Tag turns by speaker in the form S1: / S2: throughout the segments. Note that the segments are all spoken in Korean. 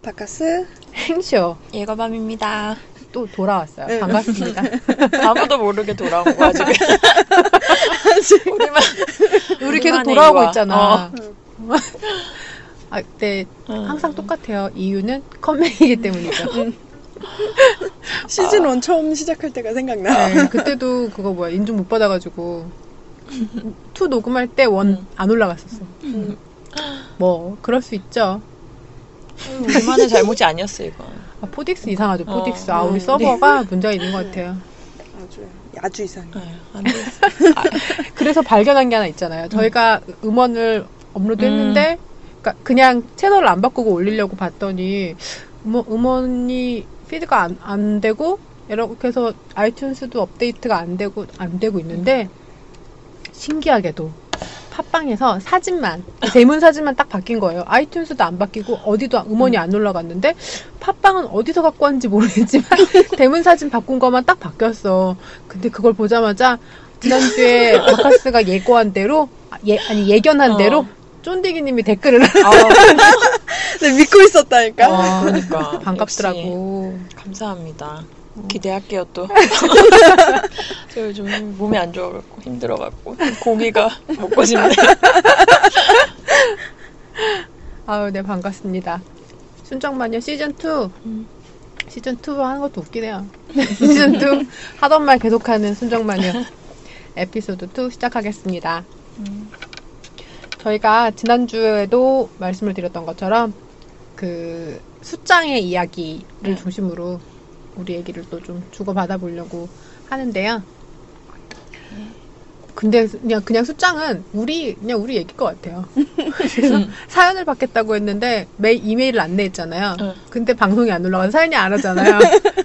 S1: 바카스
S2: 행쇼
S3: 예거밤입니다.
S2: 또 돌아왔어요.
S1: 네.
S2: 반갑습니다.
S3: 아무도 모르게 돌아온 거야 지금. 우리만
S2: 우리 계속
S3: 오랜만에
S2: 돌아오고
S3: 이거야.
S2: 있잖아.
S3: 어. 음.
S2: 아, 근데 항상 똑같아요. 이유는 컴맹이기 때문이죠.
S1: 시즌 1 처음 시작할 때가 생각나.
S2: 네, 그때도 그거 뭐야 인증 못 받아가지고 투 녹음할 때 원
S3: 음.
S2: 안 올라갔었어.
S1: 음.
S2: 뭐 그럴 수 있죠.
S3: 우리만의 잘못이 아니었어 이거.
S2: 아, 포딕스 이상하죠.
S3: 어,
S2: 포딕스 아
S3: 음.
S2: 우리 서버가 문제가 있는 것 같아요.
S1: 아주 아주 이상해.
S3: 네, 안 돼.
S2: 그래서 발견한 게 하나 있잖아요. 저희가 음원을 업로드했는데 그러니까 그냥 채널을 안 바꾸고 올리려고 봤더니 음, 음원이 피드가 안, 안 되고 이렇게 해서 아이튠스도 업데이트가 안 되고 안 되고 있는데 신기하게도 팟빵에서 사진만 대문 사진만 딱 바뀐 거예요. 아이튠스도 안 바뀌고 어디도 음원이 안 올라갔는데 팟빵은 어디서 갖고 왔는지 모르겠지만 대문 사진 바꾼 것만 딱 바뀌었어. 근데 그걸 보자마자 지난주에 바카스가 예고한 대로 아, 예, 아니 예견한
S3: 어.
S2: 대로 쫀디기님이 댓글을
S3: 아,
S1: 네, 믿고 있었다니까.
S2: 아,
S3: 그러니까
S2: 반갑더라고.
S3: 역시 감사합니다.
S2: 음.
S3: 기대할게요 또. 저 요즘 몸이 안 좋아갖고 힘들어갖고
S2: 음.
S3: 고기가 먹고 싶네.
S2: 아유, 네 반갑습니다. 순정마녀 시즌 2
S3: 음.
S2: 시즌 2 하는 것도 웃기네요. 시즌 2 하던 말 계속하는 순정마녀 에피소드 2 시작하겠습니다. 저희가 지난주에도 말씀을 드렸던 것처럼 그 숫장의 이야기를
S3: 네.
S2: 중심으로 우리 얘기를 또 좀 주고받아 보려고 하는데요. 근데 그냥 그냥 숫장은 우리 그냥 우리 얘기일 것 같아요. 그래서
S3: 음.
S2: 사연을 받겠다고 했는데 매일 이메일을 안내했잖아요.
S3: 네.
S2: 근데 방송이 안 올라가서 사연이 안 하잖아요.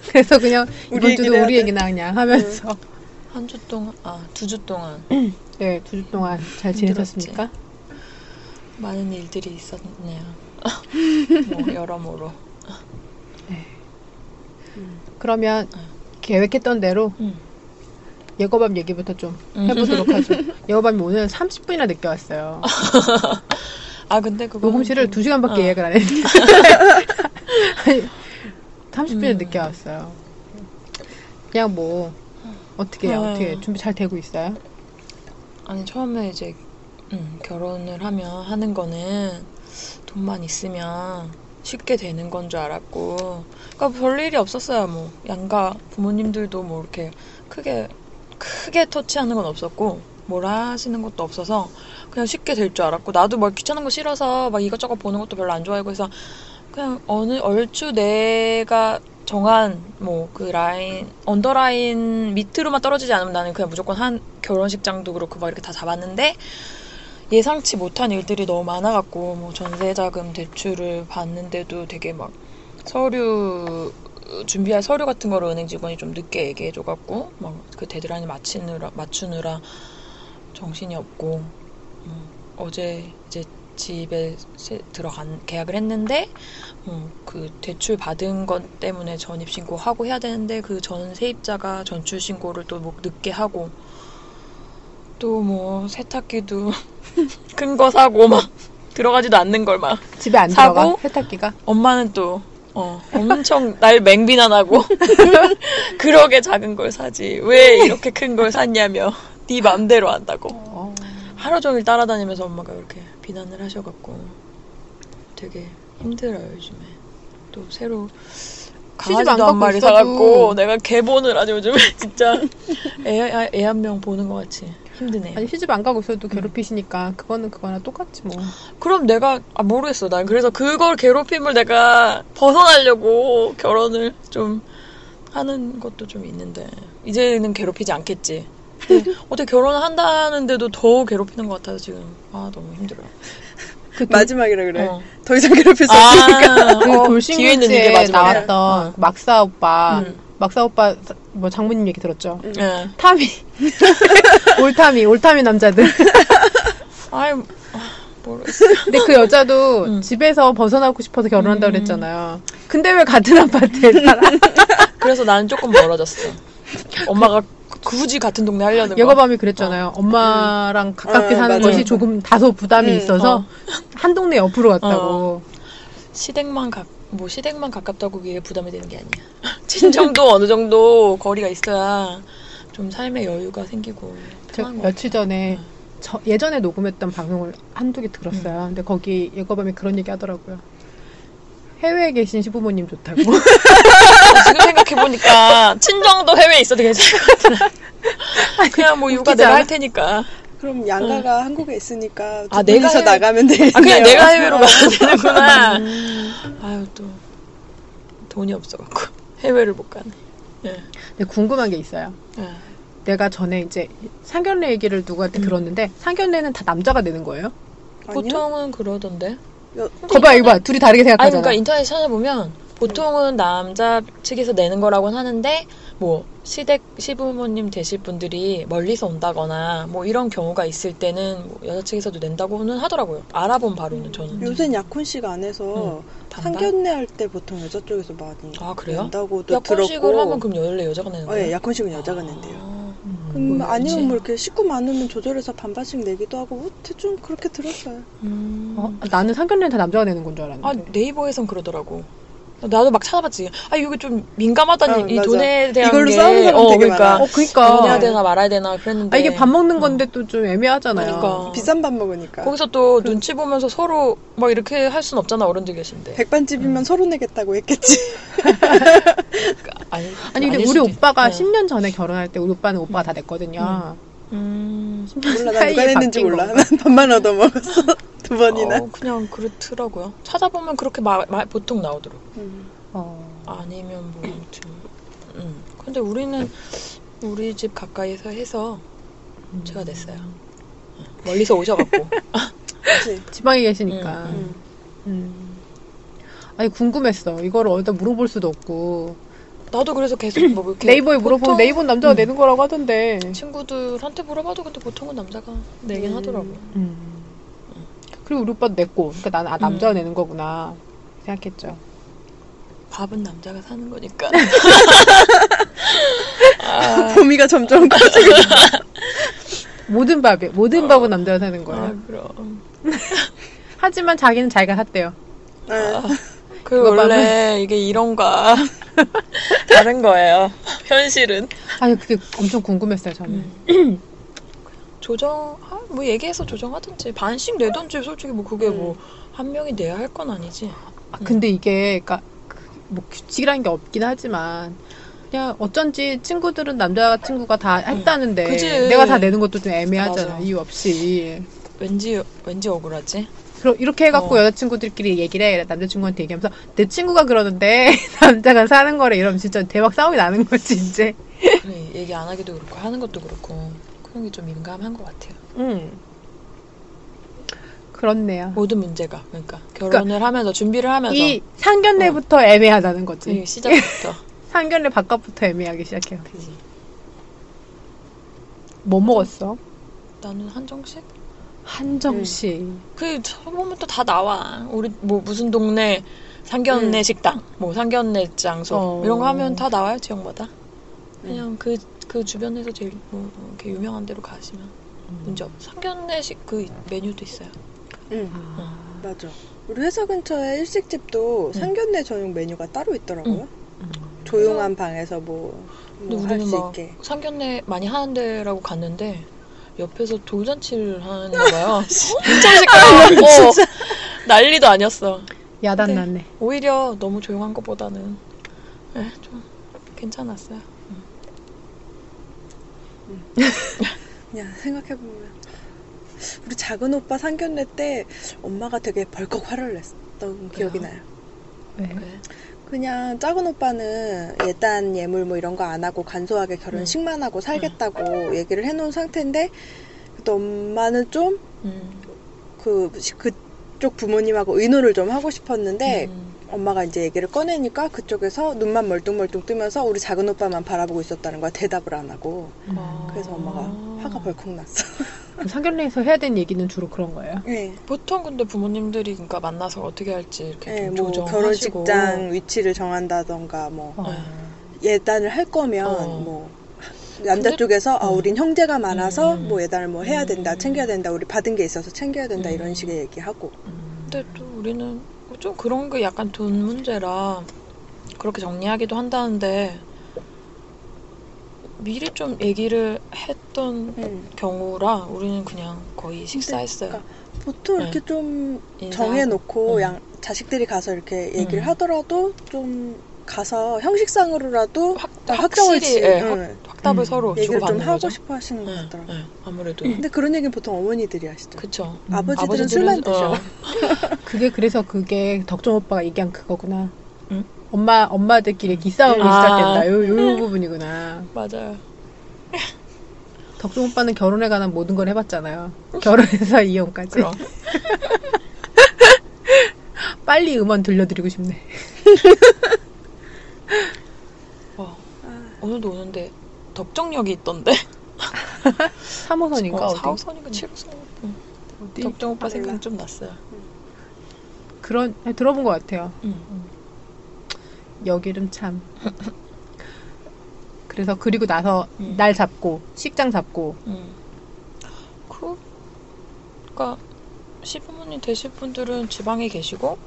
S2: 그래서 그냥
S1: 우리
S2: 이번 주도
S1: 얘기를 하자.
S2: 우리 얘기나 그냥 하면서
S3: 한 주 동안 아 두 주 동안
S2: 네 두 주 동안 잘 지내셨습니까?
S3: 많은 일들이 있었네요. 뭐 여러모로.
S2: 그러면 계획했던 대로
S3: 음.
S2: 예고밤 얘기부터 좀
S3: 음.
S2: 해보도록 하죠. 예고밤이 오늘 30분이나 늦게 왔어요.
S3: 아 근데 그거
S2: 녹음실을 아. 2시간밖에
S3: 어.
S2: 예약을 안 했는데 30분이나
S3: 음.
S2: 늦게 왔어요. 그냥 뭐 어떻게 해요?
S3: 어.
S2: 어떻게 준비 잘 되고 있어요?
S3: 아니 처음에 이제 음, 결혼을 하면 하는 거는 돈만 있으면 쉽게 되는 건 줄 알았고 그러니까 별 일이 없었어요 뭐 양가 부모님들도 뭐 이렇게 크게 크게 터치하는 건 없었고 뭐라 하시는 것도 없어서 그냥 쉽게 될 줄 알았고 나도 막 귀찮은 거 싫어서 막 이것저것 보는 것도 별로 안 좋아하고 해서 그냥 어느 얼추 내가 정한 뭐 그 라인 언더라인 밑으로만 떨어지지 않으면 나는 그냥 무조건 한 결혼식장도 그렇고 막 이렇게 다 잡았는데 예상치 못한 일들이 너무 많아갖고 뭐 전세자금 대출을 받는데도 되게 막 서류 준비할 서류 같은 거를 은행 직원이 좀 늦게 얘기해줘갖고 막 그 데드라인 맞추느라 맞추느라 정신이 없고 음, 어제 이제 집에 세- 들어간 계약을 했는데 음, 그 대출 받은 것 때문에 전입 신고하고 해야 되는데 그 전 세입자가 전출 신고를 또 뭐 늦게 하고 또 뭐 세탁기도 큰 거 사고 막 들어가지도 않는 걸 막
S2: 집에 안
S3: 사고?
S2: 들어가? 세탁기가?
S3: 엄마는 또 어, 엄청 날 맹비난하고 그러게 작은 걸 사지 왜 이렇게 큰 걸 샀냐며 네 맘대로 한다고
S2: 어.
S3: 하루 종일 따라다니면서 엄마가 이렇게 비난을 하셔갖고 되게 힘들어요 요즘에 또 새로
S2: 시집 안
S3: 강아지도
S2: 갖고
S3: 한 마리
S2: 있어도.
S3: 사갖고 내가 개본을 아주 요즘에 진짜 애 한 명 보는 것 같이 힘드네요
S2: 아니 시집 안 가고 있어도 괴롭히시니까 그거는 그거나 똑같지 뭐.
S3: 그럼 내가 아 모르겠어. 난 그래서 그걸 괴롭힘을 내가 벗어나려고 결혼을 좀 하는 것도 좀 있는데 이제는 괴롭히지 않겠지. 근데 어떻게 결혼을 한다는데도 더 괴롭히는 것 같아서 지금 아 너무 힘들어요.
S2: 그 돌,
S1: 마지막이라 그래.
S3: 어.
S1: 더 이상 괴롭힐 수 없어.
S3: 아,
S2: 그
S3: 어, 기회 있는 게
S2: 돌싱글즈에
S3: 마지막이야.
S2: 나왔던
S3: 어.
S2: 막사 오빠,
S3: 음.
S2: 막사 오빠 사- 뭐 장모님 얘기 들었죠.
S3: 예.
S2: 타미, 올타미, 올타미 남자들.
S3: 아이 아, 모르겠어.
S2: 근데 그 여자도
S3: 음.
S2: 집에서 벗어나고 싶어서 결혼한다 고
S3: 음.
S2: 그랬잖아요. 근데 왜 같은 아파트에 살아?
S3: 그래서 나는 조금 멀어졌어. 엄마가 굳이 같은 동네 하려는 거.
S2: 예거밤이 그랬잖아요. 엄마랑 가깝게
S1: 어,
S2: 사는
S1: 맞아요.
S2: 것이 조금 다소 부담이
S1: 음,
S2: 있어서
S3: 어.
S2: 한 동네 옆으로 갔다고.
S3: 시댁만 가, 뭐 시댁만 가깝다고 그게 부담이 되는 게 아니야. 친정도 어느 정도 거리가 있어야 좀 삶의 여유가 생기고
S2: 저
S3: 편한 거.
S2: 며칠 전에
S3: 음.
S2: 저 예전에 녹음했던 방송을 한두 개
S3: 네.
S2: 들었어요. 근데 거기 예거밤이 그런 얘기 하더라고요. 해외에 계신 시부모님 좋다고.
S3: 지금 생각해 보니까 친정도 해외에 있어도 괜찮을 것 같아. 그냥 뭐 육아
S2: 웃기지
S3: 내가
S2: 않아?
S3: 할 테니까.
S1: 그럼 양가가 한국에 있으니까 두
S3: 아, 내가
S1: 분이서
S3: 해-
S1: 나가면 되겠네요.
S3: 아 그냥 내가 해외로 가야 되는구나. 아유 또 돈이 없어갖고 해외를 못 가네. 예.
S2: 근데 궁금한 게 있어요.
S3: 예.
S2: 내가 전에 이제 상견례 얘기를 누구한테
S3: 음.
S2: 들었는데 상견례는 다 남자가 되는 거예요?
S1: 아니요?
S3: 보통은 그러던데.
S1: 여-
S2: 거봐 이거 봐 둘이 다르게
S3: 아니
S2: 생각하잖아.
S3: 그러니까 인터넷 찾아보면 보통은 남자 측에서 내는 거라고는 하는데 뭐 시댁 시부모님 되실 분들이 멀리서 온다거나 뭐 이런 경우가 있을 때는 뭐 여자 측에서도 낸다고는 하더라고요. 알아본 바로는 저는
S1: 요새 약혼 식 안에서
S3: 단단?
S1: 상견례 할 때 보통 여자 쪽에서 많이
S3: 아 그래요?
S1: 된다고도
S3: 약혼식을
S1: 들었고.
S3: 하면 그럼 원래 여자가 내는
S1: 어,
S3: 거예요?
S1: 예, 약혼식은 여자가 낸대요.
S3: 아,
S2: 음.
S1: 음,
S3: 뭐
S1: 아니면
S3: 왠지.
S1: 뭐 이렇게 식구 많으면 조절해서 반반씩 내기도 하고 뭐 대충 그렇게 들었어요.
S3: 음.
S2: 어, 나는 상견례는 다 남자가 내는 건 줄
S3: 아
S2: 알았는데.
S3: 네이버에선 그러더라고. 나도 막 찾아봤지. 아 이게 좀 민감하다니
S1: 어,
S3: 이
S1: 맞아.
S3: 돈에 대한
S1: 이걸로
S3: 게.
S1: 싸우는 사람
S3: 어,
S1: 되게
S3: 그러니까
S1: 많아.
S2: 어
S3: 돈해야
S2: 그러니까.
S3: 되나 말아야 되나 그랬는데.
S2: 아 이게 밥 먹는
S3: 어.
S2: 건데 또 좀 애매하잖아요.
S3: 그러니까.
S1: 비싼 밥 먹으니까.
S3: 거기서 또
S2: 그
S3: 눈치 보면서 서로 막 이렇게 할 순 없잖아 어른들 계신데.
S1: 백반집이면 서로 내겠다고 했겠지.
S3: 아니,
S2: 그 아니 근데
S3: 아닐
S2: 우리
S3: 수도 어.
S2: 오빠가
S3: 있- 응.
S2: 10년 전에 결혼할 때 우리 오빠는 오빠가 다 됐거든요.
S3: 음.
S1: 몰라, 나 누가
S2: 사이에
S1: 했는지
S2: 바뀐
S1: 몰라.
S2: 건가?
S1: 난 밥만 얻어먹었어. 두 번이나.
S3: 어, 그냥 그렇더라고요. 찾아보면 그렇게 마, 마- 보통 나오더라고.
S1: 음.
S2: 어.
S3: 아니면 뭐 아무튼. 음. 근데 우리는 우리 집 가까이서 해서 제가 됐어요. 멀리서 오셔갖고.
S1: 그치.
S2: 지방에 계시니까.
S3: 음,
S1: 음.
S2: 음. 아니 궁금했어. 이걸 어디다 물어볼 수도 없고
S3: 나도 그래서 계속 뭐 이렇게
S2: 네이버에 물어보면
S3: 보통
S2: 네이버 는 남자가
S3: 음.
S2: 내는 거라고 하던데.
S3: 친구들한테 물어봐도 근데 보통은 남자가 내긴
S1: 음.
S3: 하더라고요.
S2: 음. 그리고 우리 오빠 냈고, 그러니까 나는 아 남자가
S3: 음.
S2: 내는 거구나 생각했죠.
S3: 밥은 남자가 사는 거니까.
S1: 아,
S3: 아,
S1: 범위가 점점 커지고.
S2: 모든 밥이 모든 밥은 남자가 사는 거예요.
S3: 아, 그럼.
S2: 하지만 자기는 자기가 샀대요.
S1: 아,
S3: 그
S2: 이거
S3: 원래 이게 이런가 다른 거예요. 현실은.
S2: 아니 그게 엄청 궁금했어요 저는.
S3: 음. 조정 아, 뭐 얘기해서 조정하든지 반씩 내든지 솔직히 뭐 그게 뭐 한 명이 내야 할 건 아니지.
S2: 아, 근데 이게 그러니까 그- 뭐 규칙이라는 게 없긴 하지만 그냥 어쩐지 친구들은 남자 친구가 다 했다는데
S3: 음. 그지.
S2: 내가 다 내는 것도 좀 애매하잖아
S3: 맞아.
S2: 이유 없이.
S3: 왠지 왠지 억울하지.
S2: 그럼 이렇게 해갖고
S3: 어.
S2: 여자친구들끼리 얘기를 해 남자친구한테 얘기하면서 내 친구가 그러는데 남자가 사는 거래 이러면 진짜 대박 싸움이 나는 거지 이제.
S3: 그래, 얘기 안 하기도 그렇고 하는 것도 그렇고 그런 게 좀 민감한 것 같아요.
S2: 음. 그렇네요.
S3: 모든 문제가 그러니까 결혼을 하면서 준비를 하면서
S2: 이 상견례부터
S3: 어.
S2: 애매하다는 거지.
S3: 이 시작부터
S2: 상견례 바깥부터 애매하기 시작해요.
S3: 그지.
S2: 뭐 먹었어?
S3: 나는 한정식?
S2: 한정식.
S3: 그 처음부터 다 나와. 우리 뭐 무슨 동네 상견례 식당, 뭐 상견례 장소
S2: 어.
S3: 이런 거 하면 다 나와요 지역마다. 그냥 그 그 주변에서 제일 뭐 이렇게 유명한 데로 가시면 문제 없. 상견례식 그 메뉴도 있어요.
S1: 음,
S2: 아.
S1: 맞아. 우리 회사 근처에 일식집도
S3: 음.
S1: 상견례 전용 메뉴가 따로 있더라고요.
S2: 음.
S1: 조용한 방에서 뭐,
S3: 근데
S1: 뭐 할
S3: 우리는
S1: 수
S3: 막
S1: 있게.
S3: 상견례 많이 하는 데라고 갔는데 옆에서 돌잔치를 하나 봐요. 진짜 시끄러워. 어, 난리도 아니었어.
S2: 야단
S3: 네.
S2: 났네.
S3: 오히려 너무 조용한 것보다는 네, 좀 괜찮았어요.
S1: 그냥 생각해보면. 우리 작은 오빠 상견례 때 엄마가 되게 벌컥 화를 냈던 기억이
S3: 그래요?
S1: 나요.
S2: 네.
S3: 왜?
S1: 그냥 작은 오빠는 예단 예물 뭐 이런 거 안 하고 간소하게
S3: 음.
S1: 결혼식만 하고 살겠다고 얘기를 해놓은 상태인데 또 엄마는
S3: 음,
S1: 좀 그 그쪽 부모님하고 의논을 좀 하고 싶었는데
S3: 음,
S1: 엄마가 이제 얘기를 꺼내니까 그쪽에서 눈만 멀뚱멀뚱 뜨면서 우리 작은 오빠만 바라보고 있었다는 거야 대답을 안 하고
S2: 음.
S3: 그러니까.
S1: 그래서 엄마가
S3: 아.
S1: 화가 벌컥 났어.
S2: 그럼 음. 상견례에서 해야 되는 얘기는 주로 그런 거예요.
S1: 네,
S3: 보통 근데 부모님들이 그러니까 만나서 어떻게 할지 이렇게
S1: 네,
S3: 좀
S1: 뭐
S3: 조정하시고
S1: 결혼식장 위치를 정한다던가 뭐
S3: 네.
S2: 어.
S1: 예단을 할 거면
S3: 어.
S1: 뭐 남자
S3: 근데-
S1: 쪽에서 아
S3: 음.
S1: 우린 형제가 많아서
S3: 음.
S1: 뭐 예단을 뭐 해야 된다
S3: 음.
S1: 챙겨야 된다 우리 받은 게 있어서 챙겨야 된다 이런
S3: 음.
S1: 식의 얘기하고
S3: 근데 또 우리는 뭐 좀 그런 게 약간 돈 문제라 그렇게 정리하기도 한다는데 미리 좀 얘기를 했던
S1: 음.
S3: 경우라 우리는 그냥 거의 식사했어요.
S1: 보통 이렇게 좀
S3: 인사하고.
S1: 그러니까 정해놓고
S3: 네. 음.
S1: 양 자식들이 가서 이렇게 얘기를
S3: 음.
S1: 하더라도 좀 가서 형식상으로라도
S3: 확,
S1: 확정을
S3: 확실히
S1: 지-
S3: 예, 확-
S1: 응,
S3: 확답을
S2: 음.
S3: 서로
S1: 얘기를 좀
S3: 주고받는
S1: 하고
S3: 거죠.
S1: 싶어 하시는 것
S3: 예,
S1: 같더라고요.
S3: 예, 아무래도 그
S1: 근데 그런 얘기는 보통 어머니들이 하시죠.
S3: 그쵸.
S2: 음,
S1: 아버지들은
S3: 아버지들은-
S1: 술만 드셔.
S3: 어.
S2: 그게 그래서 그게 덕종 오빠가 얘기한 그거구나.
S3: 응?
S2: 엄마 엄마들끼리 기싸움이
S3: 아.
S2: 시작된다. 요, 요 부분이구나.
S3: 맞아요.
S2: 덕종 오빠는 결혼에 관한 모든 걸 해봤잖아요. 결혼해서 이혼까지.
S3: 그럼
S2: 빨리 음원 들려드리고 싶네.
S3: 어,
S1: 아,
S3: 오늘도 오는데 덕정역이 있던데.
S2: 3호선인가
S3: 어,
S2: 그러니까 어디? 네.
S3: 4호선인가 7호선. 응.
S2: 어디?
S3: 덕정 오빠 생각
S1: 몰라.
S3: 좀 났어요.
S2: 그런 아니, 들어본 것 같아요.
S3: 응.
S2: 여기름 참. 그래서 그리고 나서
S3: 음.
S2: 날 잡고 식장 잡고
S3: 응. 그, 그러니까 시부모님 되실 분들은 지방에 계시고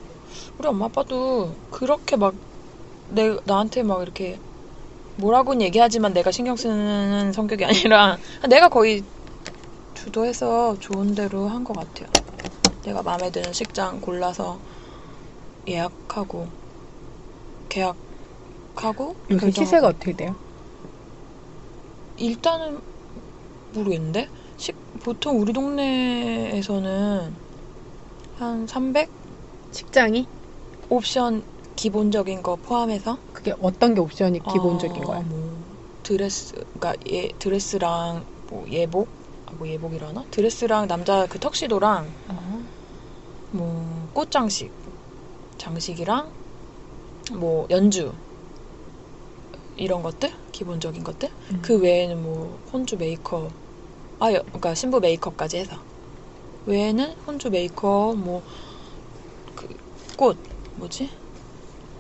S3: 우리 엄마 아빠도 그렇게 막 내, 나한테 막 이렇게 뭐라고는 얘기하지만 내가 신경 쓰는 성격이 아니라 내가 거의 주도해서 좋은 대로 한 것 같아요. 내가 마음에 드는 식장 골라서 예약하고 계약하고
S2: 요새
S3: 결정하고.
S2: 시세가 어떻게 돼요?
S3: 일단은 모르겠는데 식- 보통 우리 동네에서는 한 300?
S2: 식장이
S3: 옵션 기본적인 거 포함해서
S2: 그게 어떤 게 옵션이 기본적인
S3: 아,
S2: 거야?
S3: 뭐 드레스 그러니까 예, 드레스랑 뭐 예복 아, 뭐 예복이라나 드레스랑 남자 그 턱시도랑 뭐 꽃장식 장식이랑 뭐 연주 이런 것들 기본적인 것들
S2: 음.
S3: 그 외에는 뭐 혼주 메이커 아 여- 그러니까 신부 메이커까지 해서 외에는 혼주 메이커 뭐 그 꽃 뭐지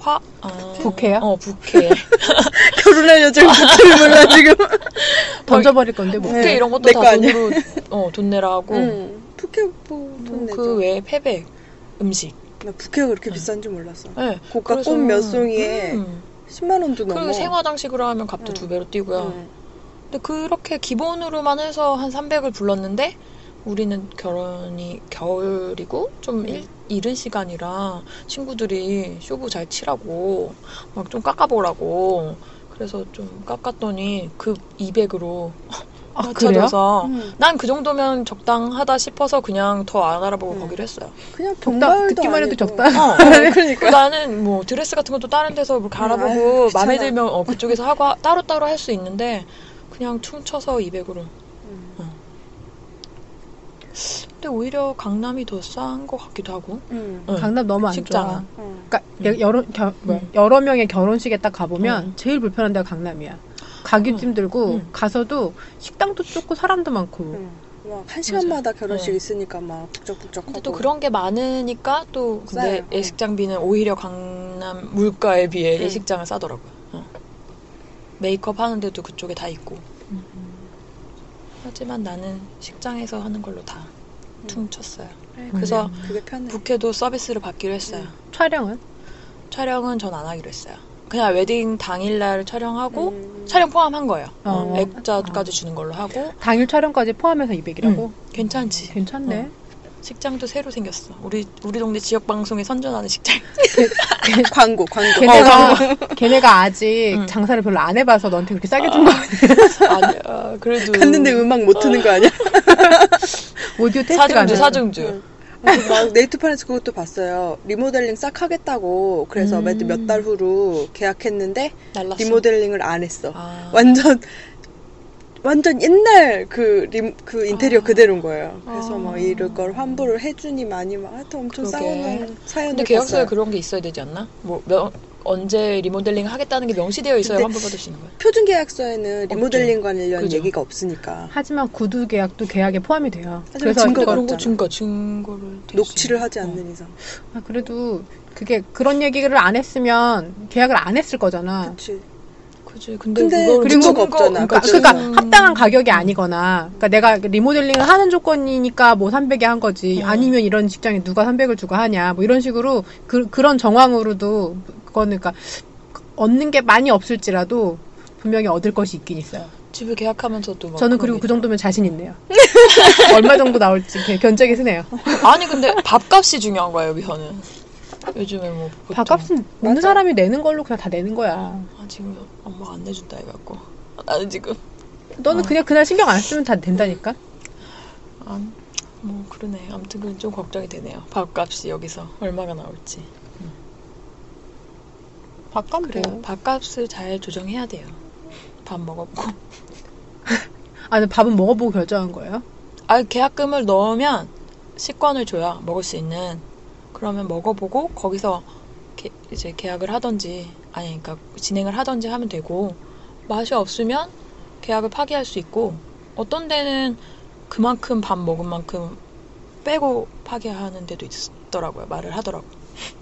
S3: 화 아,
S2: 부케요?
S3: 어
S1: 네.
S3: 부케
S1: 결혼할 여자를 부채를 몰라 지금.
S2: 던져버릴 건데 뭐.
S1: 네.
S3: 부케 이런 것도
S1: 내거
S3: 다
S1: 아니야?
S3: 돈으로 어, 돈 내라고
S1: 응. 음, 부캐도 돈 내죠.
S3: 그 외에 패백 음식
S1: 나 부캐가 그렇게
S3: 응.
S1: 비싼 줄 몰랐어.
S3: 네.
S1: 고가
S3: 그래서-
S1: 꽃 몇 송이에
S3: 음.
S1: 10만 원도 넘어. 어.
S3: 그리고 생화장식으로 하면 값도
S1: 응.
S3: 두 배로 뛰고요.
S1: 응.
S3: 근데 그렇게 기본으로만 해서 한 300을 불렀는데 우리는 결혼이 겨울이고 좀 일, 이른 시간이라 친구들이 쇼부 잘 치라고 막 좀 깎아보라고 그래서 좀 깎았더니 그 급 200으로
S2: 아 그래요?
S3: 낮춰져서
S1: 응.
S3: 난 그 정도면 적당하다 싶어서 그냥 더 안 알아보고
S1: 음.
S3: 거기로 했어요.
S1: 그냥
S2: 적당
S1: 정말도
S2: 듣기만
S1: 아니고.
S2: 해도
S1: 음.
S2: 적당.
S3: 어.
S1: 그러니까.
S3: 나는 뭐 드레스 같은 것도 다른 데서
S1: 음,
S3: 뭐 갈아보고
S1: 아유,
S3: 마음에
S1: 귀찮아.
S3: 들면 어, 그쪽에서 하고 하- 따로따로 할 수 있는데 그냥 퉁쳐서 200으로
S1: 응.
S3: 근데 오히려 강남이 더 싼 것 같기도 하고.
S1: 응.
S3: 응.
S2: 강남 너무 안 좋아.
S3: 식장.
S1: 응.
S2: 그러니까 여- 여러 겨- 뭐야,
S3: 음.
S2: 여러 명의 결혼식에 딱 가보면 제일 불편한 데가 강남이야. 가기
S3: 어.
S2: 힘들고
S3: 음.
S2: 가서도 식당도 좁고 사람도 많고.
S1: 응. 음. 막한 시간마다 결혼식
S3: 응.
S1: 있으니까 막 북적북적하고.
S3: 근데 또 그런 게 많으니까 또 근데
S1: 싸요. 네.
S3: 예식장비는 오히려 강남 물가에 비해
S1: 음.
S3: 예식장을 싸더라고요. 어. 메이크업 하는데도 그쪽에 다 있고.
S1: 음.
S3: 하지만 나는 식장에서 하는 걸로 다
S1: 음.
S3: 퉁쳤어요.
S1: 네,
S3: 그래서
S1: 그게- 그게 편해.
S3: 부케도 서비스를 받기로 했어요.
S1: 음.
S2: 촬영은?
S3: 촬영은 전 안 하기로 했어요. 그냥 웨딩 당일날 촬영하고
S1: 음.
S3: 촬영 포함한 거예요.
S2: 어.
S1: 음.
S3: 액자까지 주는 걸로 하고
S2: 당일 촬영까지 포함해서 200이라고?
S3: 음. 괜찮지.
S2: 괜찮네.
S3: 어. 식장도 새로 생겼어. 우리 우리 동네 지역 방송에 선전하는 식장.
S1: 광고 광고.
S2: 걔네가, 걔네가 아직
S3: 어. 음.
S2: 장사를 별로 안 해봐서 너한테 그렇게 싸게 준 거 아니야?
S3: 아니야. 어, 그래도
S1: 어. 갔는데 음악 못 트는 거 아니야?
S2: 오디오 테스트가 안
S3: 사중주
S2: 돼.
S3: 사중주.
S1: 아, 막 네이트판에서 그것도 봤어요. 리모델링 싹 하겠다고 그래서
S3: 음.
S1: 몇 달 후로 계약했는데
S3: 날랐어.
S1: 리모델링을 안 했어.
S3: 아.
S1: 완전 완전 옛날 그, 림, 그 인테리어
S3: 아.
S1: 그대로인 거예요. 그래서
S3: 아.
S1: 막 이럴 걸 환불을 해주니 많이 막 하여튼 엄청
S3: 그러게.
S1: 싸우는 사연을
S3: 근데 계약서에
S1: 봤어요.
S3: 그런 게 있어야 되지 않나? 뭐 명, 언제 리모델링 하겠다는 게 명시되어 있어야
S1: 근데-
S3: 환불 받을 수 있는 거야.
S1: 표준 계약서에는 리모델링 관련
S3: 그죠.
S1: 얘기가 없으니까
S2: 하지만 구두 계약도 계약에 포함이 돼요.
S1: 하지만
S2: 그래서
S1: 증거가
S3: 근데
S2: 이거-
S3: 그런 거
S1: 없잖아.
S3: 증거 증거를 댈수
S1: 녹취를
S3: 있는-
S1: 하지
S3: 어.
S1: 않는 이상.
S2: 아,
S1: 음.
S2: 그래도 그게 그런 얘기를 안 했으면 계약을 안 했을 거잖아.
S1: 그치.
S3: 어, 그지. 근데,
S1: 근데
S3: 그걸
S2: 그리고
S3: 증거가
S1: 없잖아.
S2: 그러니까,
S1: 그치.
S2: 그러니까
S3: 음.
S2: 합당한 가격이 아니거나 그러니까 내가 리모델링을 하는 조건이니까 뭐 300에 한 거지
S3: 음.
S2: 아니면 이런 직장에 누가 300을 주고 하냐 뭐 이런 식으로 그, 그런 정황으로도 그거는 그러니까 얻는 게 많이 없을지라도 분명히 얻을 것이 있긴 있어요.
S3: 집을 계약하면서도 막
S2: 저는
S3: 뭐 그런
S2: 그리고
S3: 게
S2: 그 정도면 자신 있네요. 얼마 정도 나올지 이렇게 견적이 쓰네요.
S3: 있- 아니 근데 밥값이 중요한 거야 여기서는. 요즘에 뭐 보통-
S2: 밥값은 어느
S1: 맞아.
S2: 사람이 내는 걸로 그냥 다 내는 거야.
S3: 아, 지금 엄마가 안 내준다 해갖고 나는 지금
S2: 너는
S3: 어.
S2: 그냥 그날 신경 안 쓰면 다 된다니까.
S3: 안 뭐 그러네. 아무튼 그건 좀 걱정이 되네요. 밥값이 여기서 얼마가 나올지.
S2: 밥값
S3: 그래요. 밥값을 잘 조정해야 돼요. 밥 먹었고.
S2: 아, 근데 밥은 먹어보고 결정한 거예요?
S3: 아 계약금을 넣으면 식권을 줘야 먹을 수 있는 그러면 먹어보고 거기서 게- 이제 계약을 하던지 아니 그러니까 진행을 하던지 하면 되고 맛이 없으면 계약을 파기할 수 있고 어떤 데는 그만큼 밥 먹은 만큼 빼고 파기하는 데도 있더라고요 말을 하더라고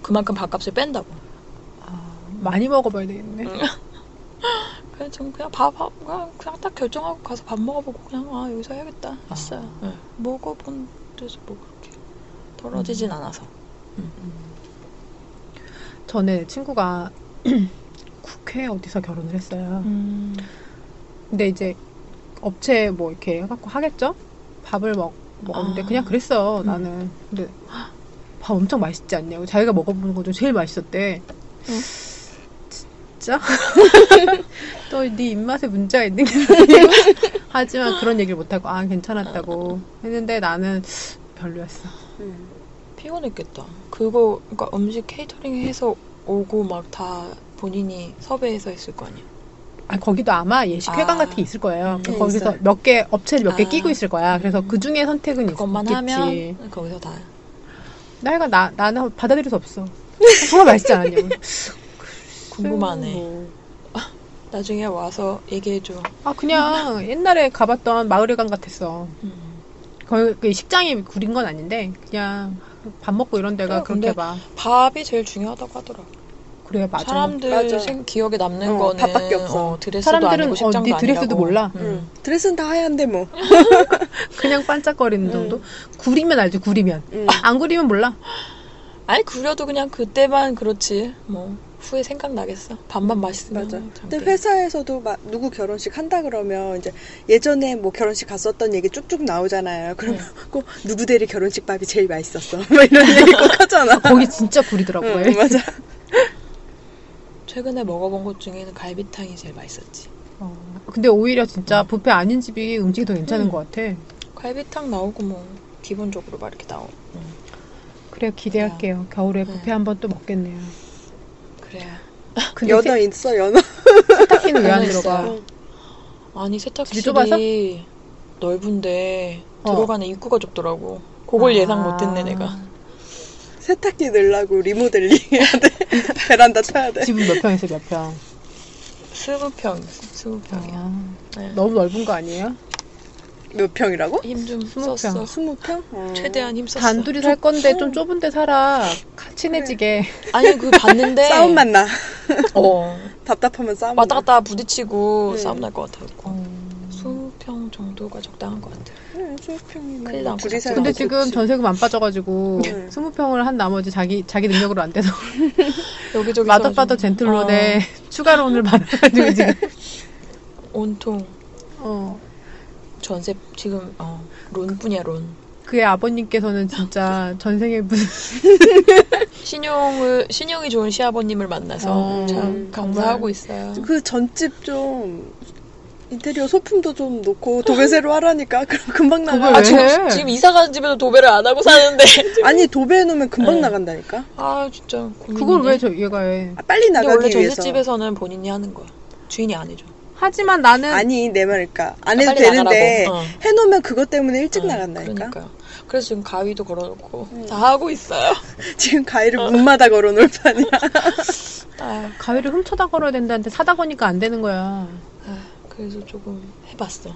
S3: 그만큼 밥값을 뺀다고
S2: 아, 많이 먹어봐야 되겠네.
S3: 그냥 좀 그냥 밥 밥- 그냥, 그냥 딱 결정하고 가서 밥 먹어보고 그냥 아 여기서 해야겠다 했어요
S2: 아.
S3: 예. 먹어본 데서 뭐 그렇게 떨어지진
S2: 음.
S3: 않아서
S2: 전에 친구가 국회 어디서 결혼을 했어요.
S3: 음.
S2: 근데 이제 업체 뭐 이렇게 해갖고 하겠죠? 밥을 먹, 먹었는데
S3: 아.
S2: 그냥 그랬어,
S3: 음.
S2: 나는. 근데 헉, 밥 엄청 맛있지 않냐고. 자기가 먹어보는 거 중 제일 맛있었대.
S1: 응.
S2: 진짜? 또 네 입맛에 문제가 있는 게 하지만 그런 얘기를 못하고, 아, 괜찮았다고 했는데 나는 별로였어.
S1: 음.
S3: 피곤했겠다. 그거 그러니까 음식 케이터링 해서 오고 막 다 본인이 섭외해서 했을 거 아니야.
S2: 아, 거기도 아마 예식회관
S3: 아.
S2: 같은 게 있을 거예요.
S3: 음,
S2: 거기서
S1: 있어요.
S2: 몇 개, 업체를 몇 개
S3: 아.
S2: 끼고 있을 거야. 그래서
S3: 음.
S2: 그 중에 선택은 있-
S3: 그것만
S2: 있겠지.
S3: 하면 거기서 다.
S2: 나이가 나, 나는 받아들일 수 없어. 정말 맛있지 않았냐고.
S3: 궁금하네.
S2: 뭐.
S3: 나중에 와서 얘기해 줘.
S2: 아, 그냥 옛날에 가봤던 마을회관 같았어. 거기 그 식장이 구린 건 아닌데, 그냥 밥 먹고 이런 데가
S3: 어, 근데-
S2: 그렇게 막.
S3: 밥이 제일 중요하다고 하더라. 고
S2: 그래, 맞아.
S3: 사람들
S1: 맞아.
S3: 생- 기억에 남는
S1: 어,
S3: 거는
S1: 밥밖에 없어.
S3: 어, 드레스도
S2: 사람들은
S3: 아니고
S2: 어,
S3: 식장도
S2: 네 드레스도
S3: 아니라고.
S2: 몰라.
S3: 음.
S1: 음. 드레스는 다 하얀데 뭐.
S2: 그냥 반짝거리는
S1: 음.
S2: 정도? 구리면 알지, 구리면.
S1: 음.
S3: 아.
S2: 안 구리면 몰라.
S3: 아니 그려도 그냥 그때만 그렇지. 뭐 후에 생각 나겠어. 밥만 맛있으면. 뭐,
S1: 맞아.
S3: 음, 참
S1: 근데
S3: 돼.
S1: 회사에서도 막 누구 결혼식 한다 그러면 이제 예전에 뭐 결혼식 갔었던 얘기 쭉쭉 나오잖아요. 그러면
S3: 네.
S1: 꼭 누구 대리 결혼식 밥이 제일 맛있었어. 막 이런 얘기 꼭 하잖아.
S2: 거기 진짜 구리더라고.
S3: 음,
S2: 요
S1: 응, 맞아.
S3: 최근에 먹어본 것 중에는 갈비탕이 제일 맛있었지.
S2: 어, 근데 오히려 진짜 뷔페 아닌 집이 음식이 더 괜찮은
S3: 음.
S2: 것 같아.
S3: 갈비탕 나오고 뭐 기본적으로 막 이렇게 나오.
S2: 그래요, 기대할게요. 겨울에 뷔페
S3: 음.
S2: 한번 또 먹겠네요.
S3: 그래요.
S2: 근데
S1: 연어 있어, 연어.
S2: 세탁기는 왜 안
S3: 연어
S2: 들어가?
S3: 있어요. 아니 세탁실이
S2: 집이 좁아서?
S3: 넓은데
S2: 어.
S3: 들어가는 입구가 좁더라고. 그걸
S2: 아.
S3: 예상 못했네 내가.
S1: 세탁기 넣으려고 리모델링 해야 돼. 베란다 쳐야 돼.
S2: 집은 몇 평에서 몇 평?
S3: 스무 평, 스무 평이야.
S2: 아,
S3: 네.
S2: 너무 넓은 거 아니에요?
S1: 몇 평이라고?
S3: 힘좀
S2: 스무
S3: 썼어.
S2: 평.
S1: 20평? 어.
S3: 최대한 힘 썼어.
S2: 단둘이 살 건데 좀 좁은 데 살아. 가- 친해지게.
S3: 아니 그 봤는데
S1: 싸움만 나.
S3: 어
S1: 답답하면 싸움.
S3: 왔다
S1: 나.
S3: 갔다 부딪히고
S1: 음.
S3: 싸움 날 것 같았고
S1: 어.
S2: 음.
S3: 스무 평 정도가 적당한 것 같아. 요
S1: 응, 20평이면
S3: 큰일 나고
S1: 네, 둘이 살면
S2: 근데
S3: 나도
S2: 지금 전세금 안 빠져가지고
S1: 음.
S2: 스무 평을 한 나머지 자기 자기 능력으로 안 돼서
S3: 여기저기
S2: 마더파더 젠틀론에 추가로 오늘 받아가지고 지금
S3: 온통
S2: 어,
S3: 전세 지금 어 론뿐이야 론.
S2: 그의 아버님께서는 진짜 전생에 무슨
S3: 신용을 신용이 좋은 시아버님을 만나서
S2: 어,
S3: 참
S1: 정말.
S3: 감사하고 있어요.
S1: 그 전집 좀 인테리어 소품도 좀 놓고 도배세로 하라니까 그럼 금방 나가.
S2: 도배
S3: 아
S2: 왜
S3: 지금
S2: 해?
S3: 지금 이사 가는 집에도 도배를 안 하고 사는데.
S1: 아니 도배해 놓으면 금방
S3: 응.
S1: 나간다니까.
S3: 아 진짜 고민이네.
S2: 그걸 왜 저 얘가 해?
S1: 아, 빨리
S3: 근데
S1: 나가기
S3: 원래
S1: 위해서.
S3: 전셋집에서는 본인이 하는 거야. 주인이 안 해줘.
S2: 하지만 나는
S1: 아니 내 말일까 안
S3: 빨리
S1: 해도 되는데
S3: 나가라고. 어,
S1: 해놓으면 그것 때문에 일찍
S3: 어,
S1: 나간다니까.
S3: 그러니까요. 그래서 지금 가위도 걸어놓고
S1: 음.
S3: 다 하고 있어요.
S1: 지금 가위를 문마다 걸어놓을 판이야.
S3: 아,
S2: 가위를 훔쳐다 걸어야 된다는데 사다 거니까 안 되는 거야.
S3: 아, 그래서 조금 해봤어.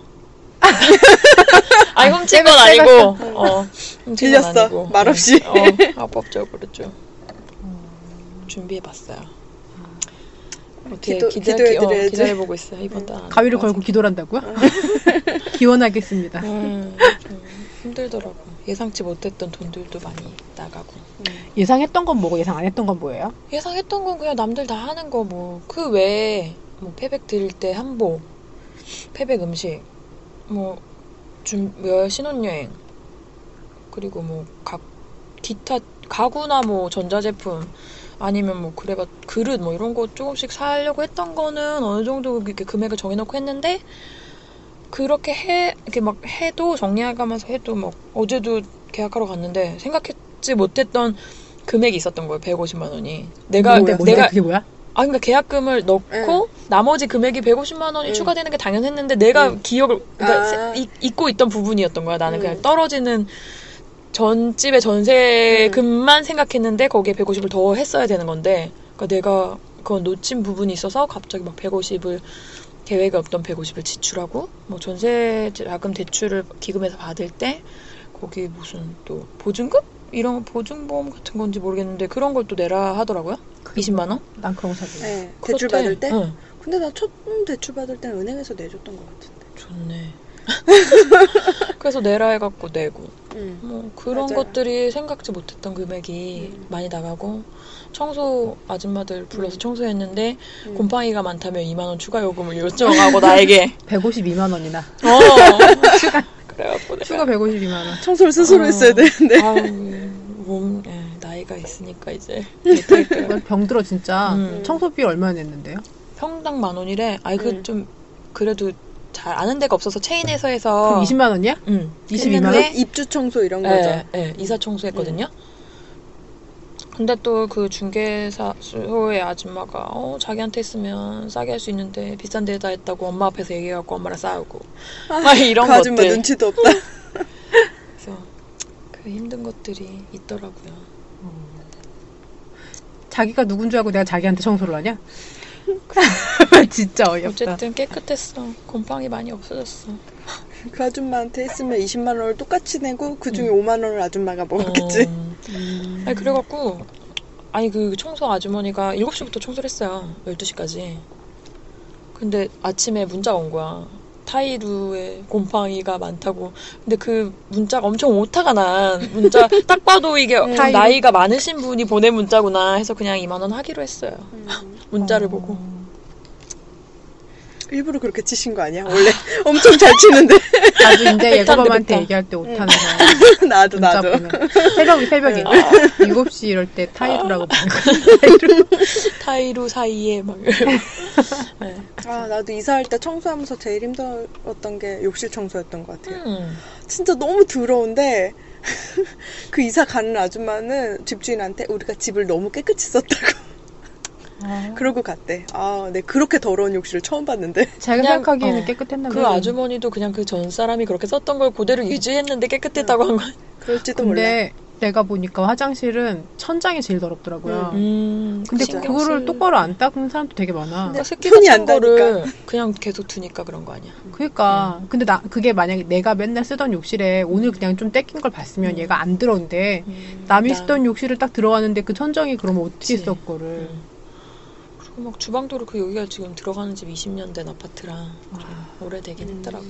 S3: 아니 훔친 건 아니고 어 훔친 건
S1: 빌렸어,
S3: 아니고
S1: 말없이.
S3: 음, 어, 합법적으로 좀 준비해봤어요. 어떻게
S1: 기도-
S3: 기대할게 어,
S1: 기도해드려야지.
S3: 기다려보고 있어요. 어. 이번 달.
S2: 가위를 걸고 기도를 한다고요? 기원하겠습니다.
S3: 음, 음, 힘들더라고. 예상치 못했던 돈들도 많이 나가고.
S2: 예상했던 건 뭐고 예상 안 했던 건 뭐예요?
S3: 예상했던 건 그냥 남들 다 하는 거 뭐. 그 외에 뭐 패백 드릴 때 한복, 패백 음식, 뭐 준열 뭐, 신혼여행, 그리고 뭐 각 기타 가구나 뭐 전자제품 아니면 뭐 그래봐 그릇 뭐 이런 거 조금씩 사려고 했던 거는 어느 정도 이렇게 금액을 정해놓고 했는데 그렇게 해 이렇게 막 해도 정리해가면서 해도 막 어제도 계약하러 갔는데 생각했지 못했던 금액이 있었던 거예요 150만 원이 내가
S2: 뭔데 뭔데
S3: 그러니까 내가
S2: 그게 뭐야?
S3: 아 그러니까 계약금을 넣고 나머지 금액이 150만 원이
S1: 응.
S3: 추가되는 게 당연했는데 내가
S1: 응.
S3: 기억을 그러니까
S1: 아.
S3: 세- 잊- 잊고 있던 부분이었던 거야 나는
S1: 응.
S3: 그냥 떨어지는 전집의 전세금만 생각했는데 거기에 150을 더 했어야 되는 건데 그러니까 내가 그건 놓친 부분이 있어서 갑자기 막 150을 계획에 없던 150을 지출하고 뭐 전세 자금 대출을 기금에서 받을 때 거기 무슨 또 보증금 이런 보증보험 같은 건지 모르겠는데 그런 걸 또 내라 하더라고요 20만 원
S2: 난 그런 거 잘. 몰라.
S1: 네, 대출 받을 때?
S3: 응.
S1: 근데 나 첫 음, 대출 받을 때는 은행에서 내줬던 것 같은데.
S3: 좋네. 그래서 내라 해갖고 내고
S1: 음.
S3: 뭐 그런
S1: 맞아요.
S3: 것들이 생각지 못했던 금액이
S1: 음.
S3: 많이 나가고 청소 아줌마들 불러서
S1: 음.
S3: 청소했는데
S1: 음.
S3: 곰팡이가 많다며 2만 원 추가 요금을 요청하고 나에게
S2: 152만 원이나
S3: 어 추가 그래갖고
S2: 추가
S3: 내가
S2: 152만 원.
S1: 청소를 스스로
S3: 어.
S1: 했어야 되는데.
S3: 아우 몸 예, 나이가 있으니까 이제 못하겠더라고.
S2: 난 병들어 진짜.
S3: 음.
S2: 청소비 얼마 냈는데요?
S3: 평당 만 원이래 아이
S1: 음.
S3: 그 좀 그래도 잘 아는 데가 없어서 체인에서 음. 해서
S2: 그럼 20만 원이야?
S3: 응
S2: 22만 원?
S3: 했는데
S1: 입주 청소 이런
S3: 예,
S1: 거죠. 음.
S3: 예, 이사 청소했거든요. 근데 또 그 중개사의 아줌마가 어 자기한테 했으면 싸게 할 수 있는데 비싼 데다 했다고 엄마 앞에서 얘기해갖고 엄마랑 싸우고 막 이런
S1: 그 아줌마
S3: 것들
S1: 눈치도 없다.
S3: 그래서 그 힘든 것들이 있더라고요.
S2: 자기가 누군 줄 알고 내가 자기한테 청소를 하냐? 진짜 어이없다.
S3: 어쨌든 깨끗했어. 곰팡이 많이 없어졌어.
S1: 그 아줌마한테 했으면 20만 원을 똑같이 내고 그 중에 5만 원을 아줌마가 먹었겠지.
S3: 어,
S2: 음.
S3: 아니 그래갖고 아니 그 청소 아주머니가 7시부터 청소를 했어요. 12시까지. 근데 아침에 문자가 온 거야. 타이루에 곰팡이가 많다고. 근데 그 문자가 엄청 오타가 난 문자 딱 봐도 이게 좀
S2: 타이루.
S3: 나이가 많으신 분이 보낸 문자구나 해서 그냥 2만 원 하기로 했어요.
S1: 음.
S3: 문자를
S2: 어.
S3: 보고.
S1: 일부러 그렇게 치신 거 아니야? 원래 엄청 잘 치는데.
S2: 나도 이제
S3: 됐다,
S2: 예고밤한테
S3: 됐다.
S2: 얘기할 때
S1: 응.
S2: 오타는 거.
S1: 나도
S2: 문자
S1: 나도.
S2: 보면 새벽이 새벽에
S1: 응.
S2: 7시 이럴 때 타이루라고
S3: 어.
S2: 보는 거
S3: 타이루 사이에 막. 네.
S1: 아 나도 이사할 때 청소하면서 제일 힘들었던 게 욕실 청소였던 것 같아요.
S3: 음.
S1: 진짜 너무 더러운데 그 이사 가는 아줌마는 집주인한테 우리가 집을 너무 깨끗이 썼다고 그러고 갔대. 아, 네 그렇게 더러운 욕실을 처음 봤는데.
S2: 제가
S3: 그냥,
S2: 생각하기에는
S3: 어.
S2: 깨끗했나
S3: 그 아주머니도 그냥 그 전 사람이 그렇게 썼던 걸 그대로 유지했는데 깨끗했다고
S2: 음.
S3: 한 거야.
S1: 그럴지도 몰라.
S2: 근데 내가 보니까 화장실은 천장이 제일 더럽더라고요.
S1: 음.
S3: 음,
S2: 근데
S1: 진짜.
S2: 그거를 똑바로 안 닦는 사람도 되게 많아.
S1: 근데-
S3: 그러니까 새끼
S1: 흔히
S3: 같은
S1: 안다니까.
S3: 거를 그냥 계속 두니까 그런 거 아니야.
S2: 그러니까 근데 나 그게 만약에 내가 맨날 쓰던 욕실에 오늘 그냥 좀 떼낀 걸 봤으면
S3: 음.
S2: 얘가 안 들었는데 남이 쓰던 욕실을 딱 들어가는데 그 천정이 그러면 어떻게
S3: 그치.
S2: 썼 거를
S3: 음. 그리고 막 주방도로 그 여기가 지금 들어가는 집 20년 된 아파트라 좀
S2: 아.
S3: 오래되긴
S1: 음.
S3: 했더라고요.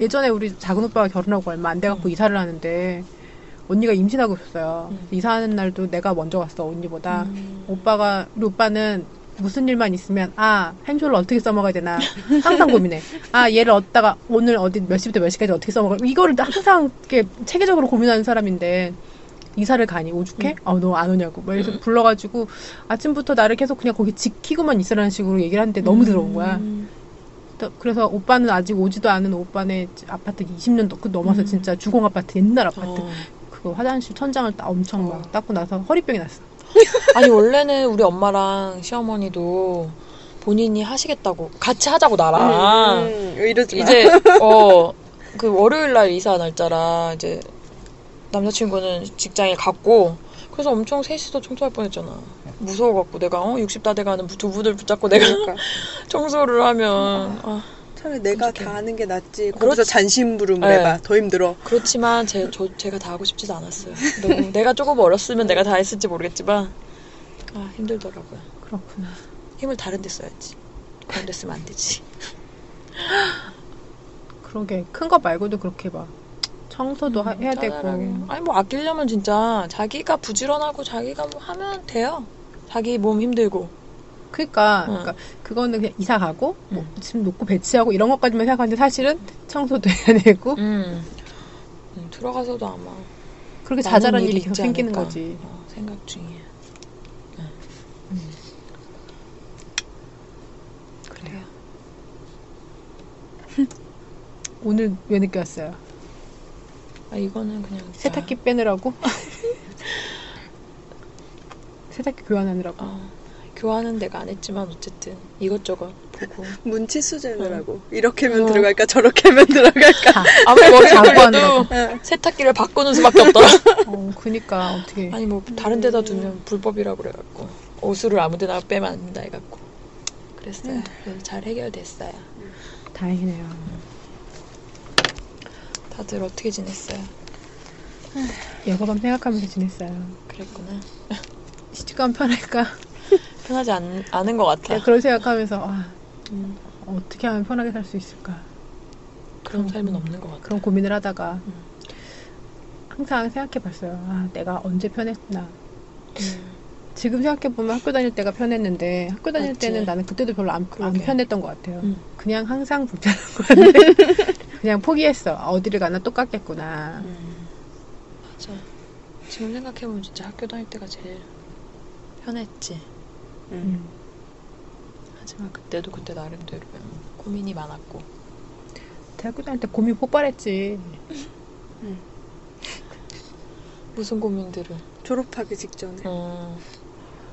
S2: 예전에 우리 작은 오빠가 결혼하고 얼마 안 돼갖고
S3: 음.
S2: 이사를 하는데 언니가 임신하고 있었어요.
S3: 음.
S2: 이사하는 날도 내가 먼저 갔어 언니보다.
S3: 음.
S2: 오빠가 우리 오빠는 무슨 일만 있으면 아 행주를 어떻게 써먹어야 되나 항상 고민해. 아 얘를 얻다가 오늘 어디 몇 시부터 몇 시까지 어떻게 써먹을 이거를 항상 이렇게 체계적으로 고민하는 사람인데 이사를 가니 오죽해?
S3: 음.
S2: 어 너 안 오냐고 막 이래서 불러가지고 아침부터 나를 계속 그냥 거기 지키고만 있으라는 식으로 얘기를 하는데 너무 더러운 거야.
S3: 음.
S2: 또 그래서 오빠는 아직 오지도 않은 오빠네 아파트 20년 더그 넘어서
S3: 음.
S2: 진짜 주공 아파트 옛날 아파트
S3: 어.
S2: 그거 화장실 천장을 다 엄청
S3: 어.
S2: 막 닦고 나서 허리병이 났어.
S3: 아니 원래는 우리 엄마랑 시어머니도 본인이 하시겠다고 같이 하자고 나랑
S1: 음, 음, 이러지 마.
S3: 이제 어 그 월요일 날 이사 날짜라 이제 남자친구는 직장에 갔고 그래서 엄청 셋이서 청소할 뻔했잖아. 무서워갖고 내가 어 60다 돼가는 두부들 붙잡고 내가
S1: 그러니까
S3: 청소를 하면 아,
S1: 차라리 내가
S3: 끔찍해.
S1: 다 아는 게 낫지.
S3: 그렇지.
S1: 거기서 잔심부름을
S3: 네.
S1: 해봐. 더 힘들어.
S3: 그렇지만 제, 저, 제가 다 하고 싶지도 않았어요. 너무 내가 조금 어렸으면 내가 다 했을지 모르겠지만 아 힘들더라고요.
S2: 그렇구나.
S3: 힘을 다른 데 써야지. 그런 데 쓰면 안 되지.
S2: 그러게 큰 거 말고도 그렇게 막 청소도 하- 해야 되고
S3: 음, 짜잘하게. 아니 뭐 아끼려면 진짜 자기가 부지런하고 자기가 뭐 하면 돼요. 자기 몸 힘들고.
S2: 그러니까,
S3: 응.
S2: 그러니까 그거는 그냥 이사 가고 뭐
S3: 응.
S2: 짐 놓고 배치하고 이런 것까지만 생각하는데 사실은 청소도 해야 되고
S3: 음. 음, 들어가서도 아마
S2: 그렇게
S3: 많은
S2: 자잘한
S3: 일이
S2: 일이
S3: 있지
S2: 계속 생기는
S3: 않을까.
S2: 거지
S3: 어, 생각 네. 음. 중이야.
S2: 그래요 오늘 왜 늦게 왔어요?
S3: 아, 이거는 그냥 진짜-
S2: 세탁기 빼느라고? 세탁기 교환하느라고
S3: 어, 교환은 내가 안 했지만 어쨌든 이것저것 보고
S1: 문치수제느라고 이렇게면
S3: 어.
S1: 들어갈까 저렇게면 들어갈까
S3: 아무리 머리
S2: 자꾸 안
S3: 돌려도
S1: 응.
S3: 네, 세탁기를 바꾸는 수밖에 없더라.
S2: 어, 그니까 어떻게
S3: 아니 뭐 다른 데다 두면 불법이라고 그래갖고 옷을 아무데나 빼면 안 된다 해갖고 그랬어요. 그래서 잘 해결됐어요.
S2: 다행이네요
S3: 다들 어떻게 지냈어요?
S2: 여거밤 생각하면서 지냈어요
S3: 그랬구나.
S2: 시집가면 편할까?
S3: 아. 편하지 않, 않은 것 같아.
S2: 그런 생각하면서 아,
S3: 음,
S2: 어떻게 하면 편하게 살 수 있을까
S3: 그런 삶은 없는 것 같아.
S2: 그런 고민을 하다가
S3: 음.
S2: 항상 생각해봤어요. 아, 내가 언제 편했나.
S3: 음,
S2: 지금 생각해보면 학교 다닐 때가 편했는데 학교 다닐
S3: 맞지.
S2: 때는 나는 그때도 별로 안, 안
S3: 그러게.
S2: 편했던 것 같아요.
S3: 음.
S2: 그냥 항상 불편한 것 같은데 그냥 포기했어. 아, 어디를 가나 똑같겠구나.
S3: 음. 맞아. 그렇죠. 지금 생각해보면 진짜 학교 다닐 때가 제일 편했지.
S1: 응.
S2: 음.
S3: 하지만 그때도 그때 나름대로 고민이 많았고.
S2: 대학교 다닐 때 고민 폭발했지.
S3: 무슨 고민들을?
S1: 졸업하기 직전에
S3: 어.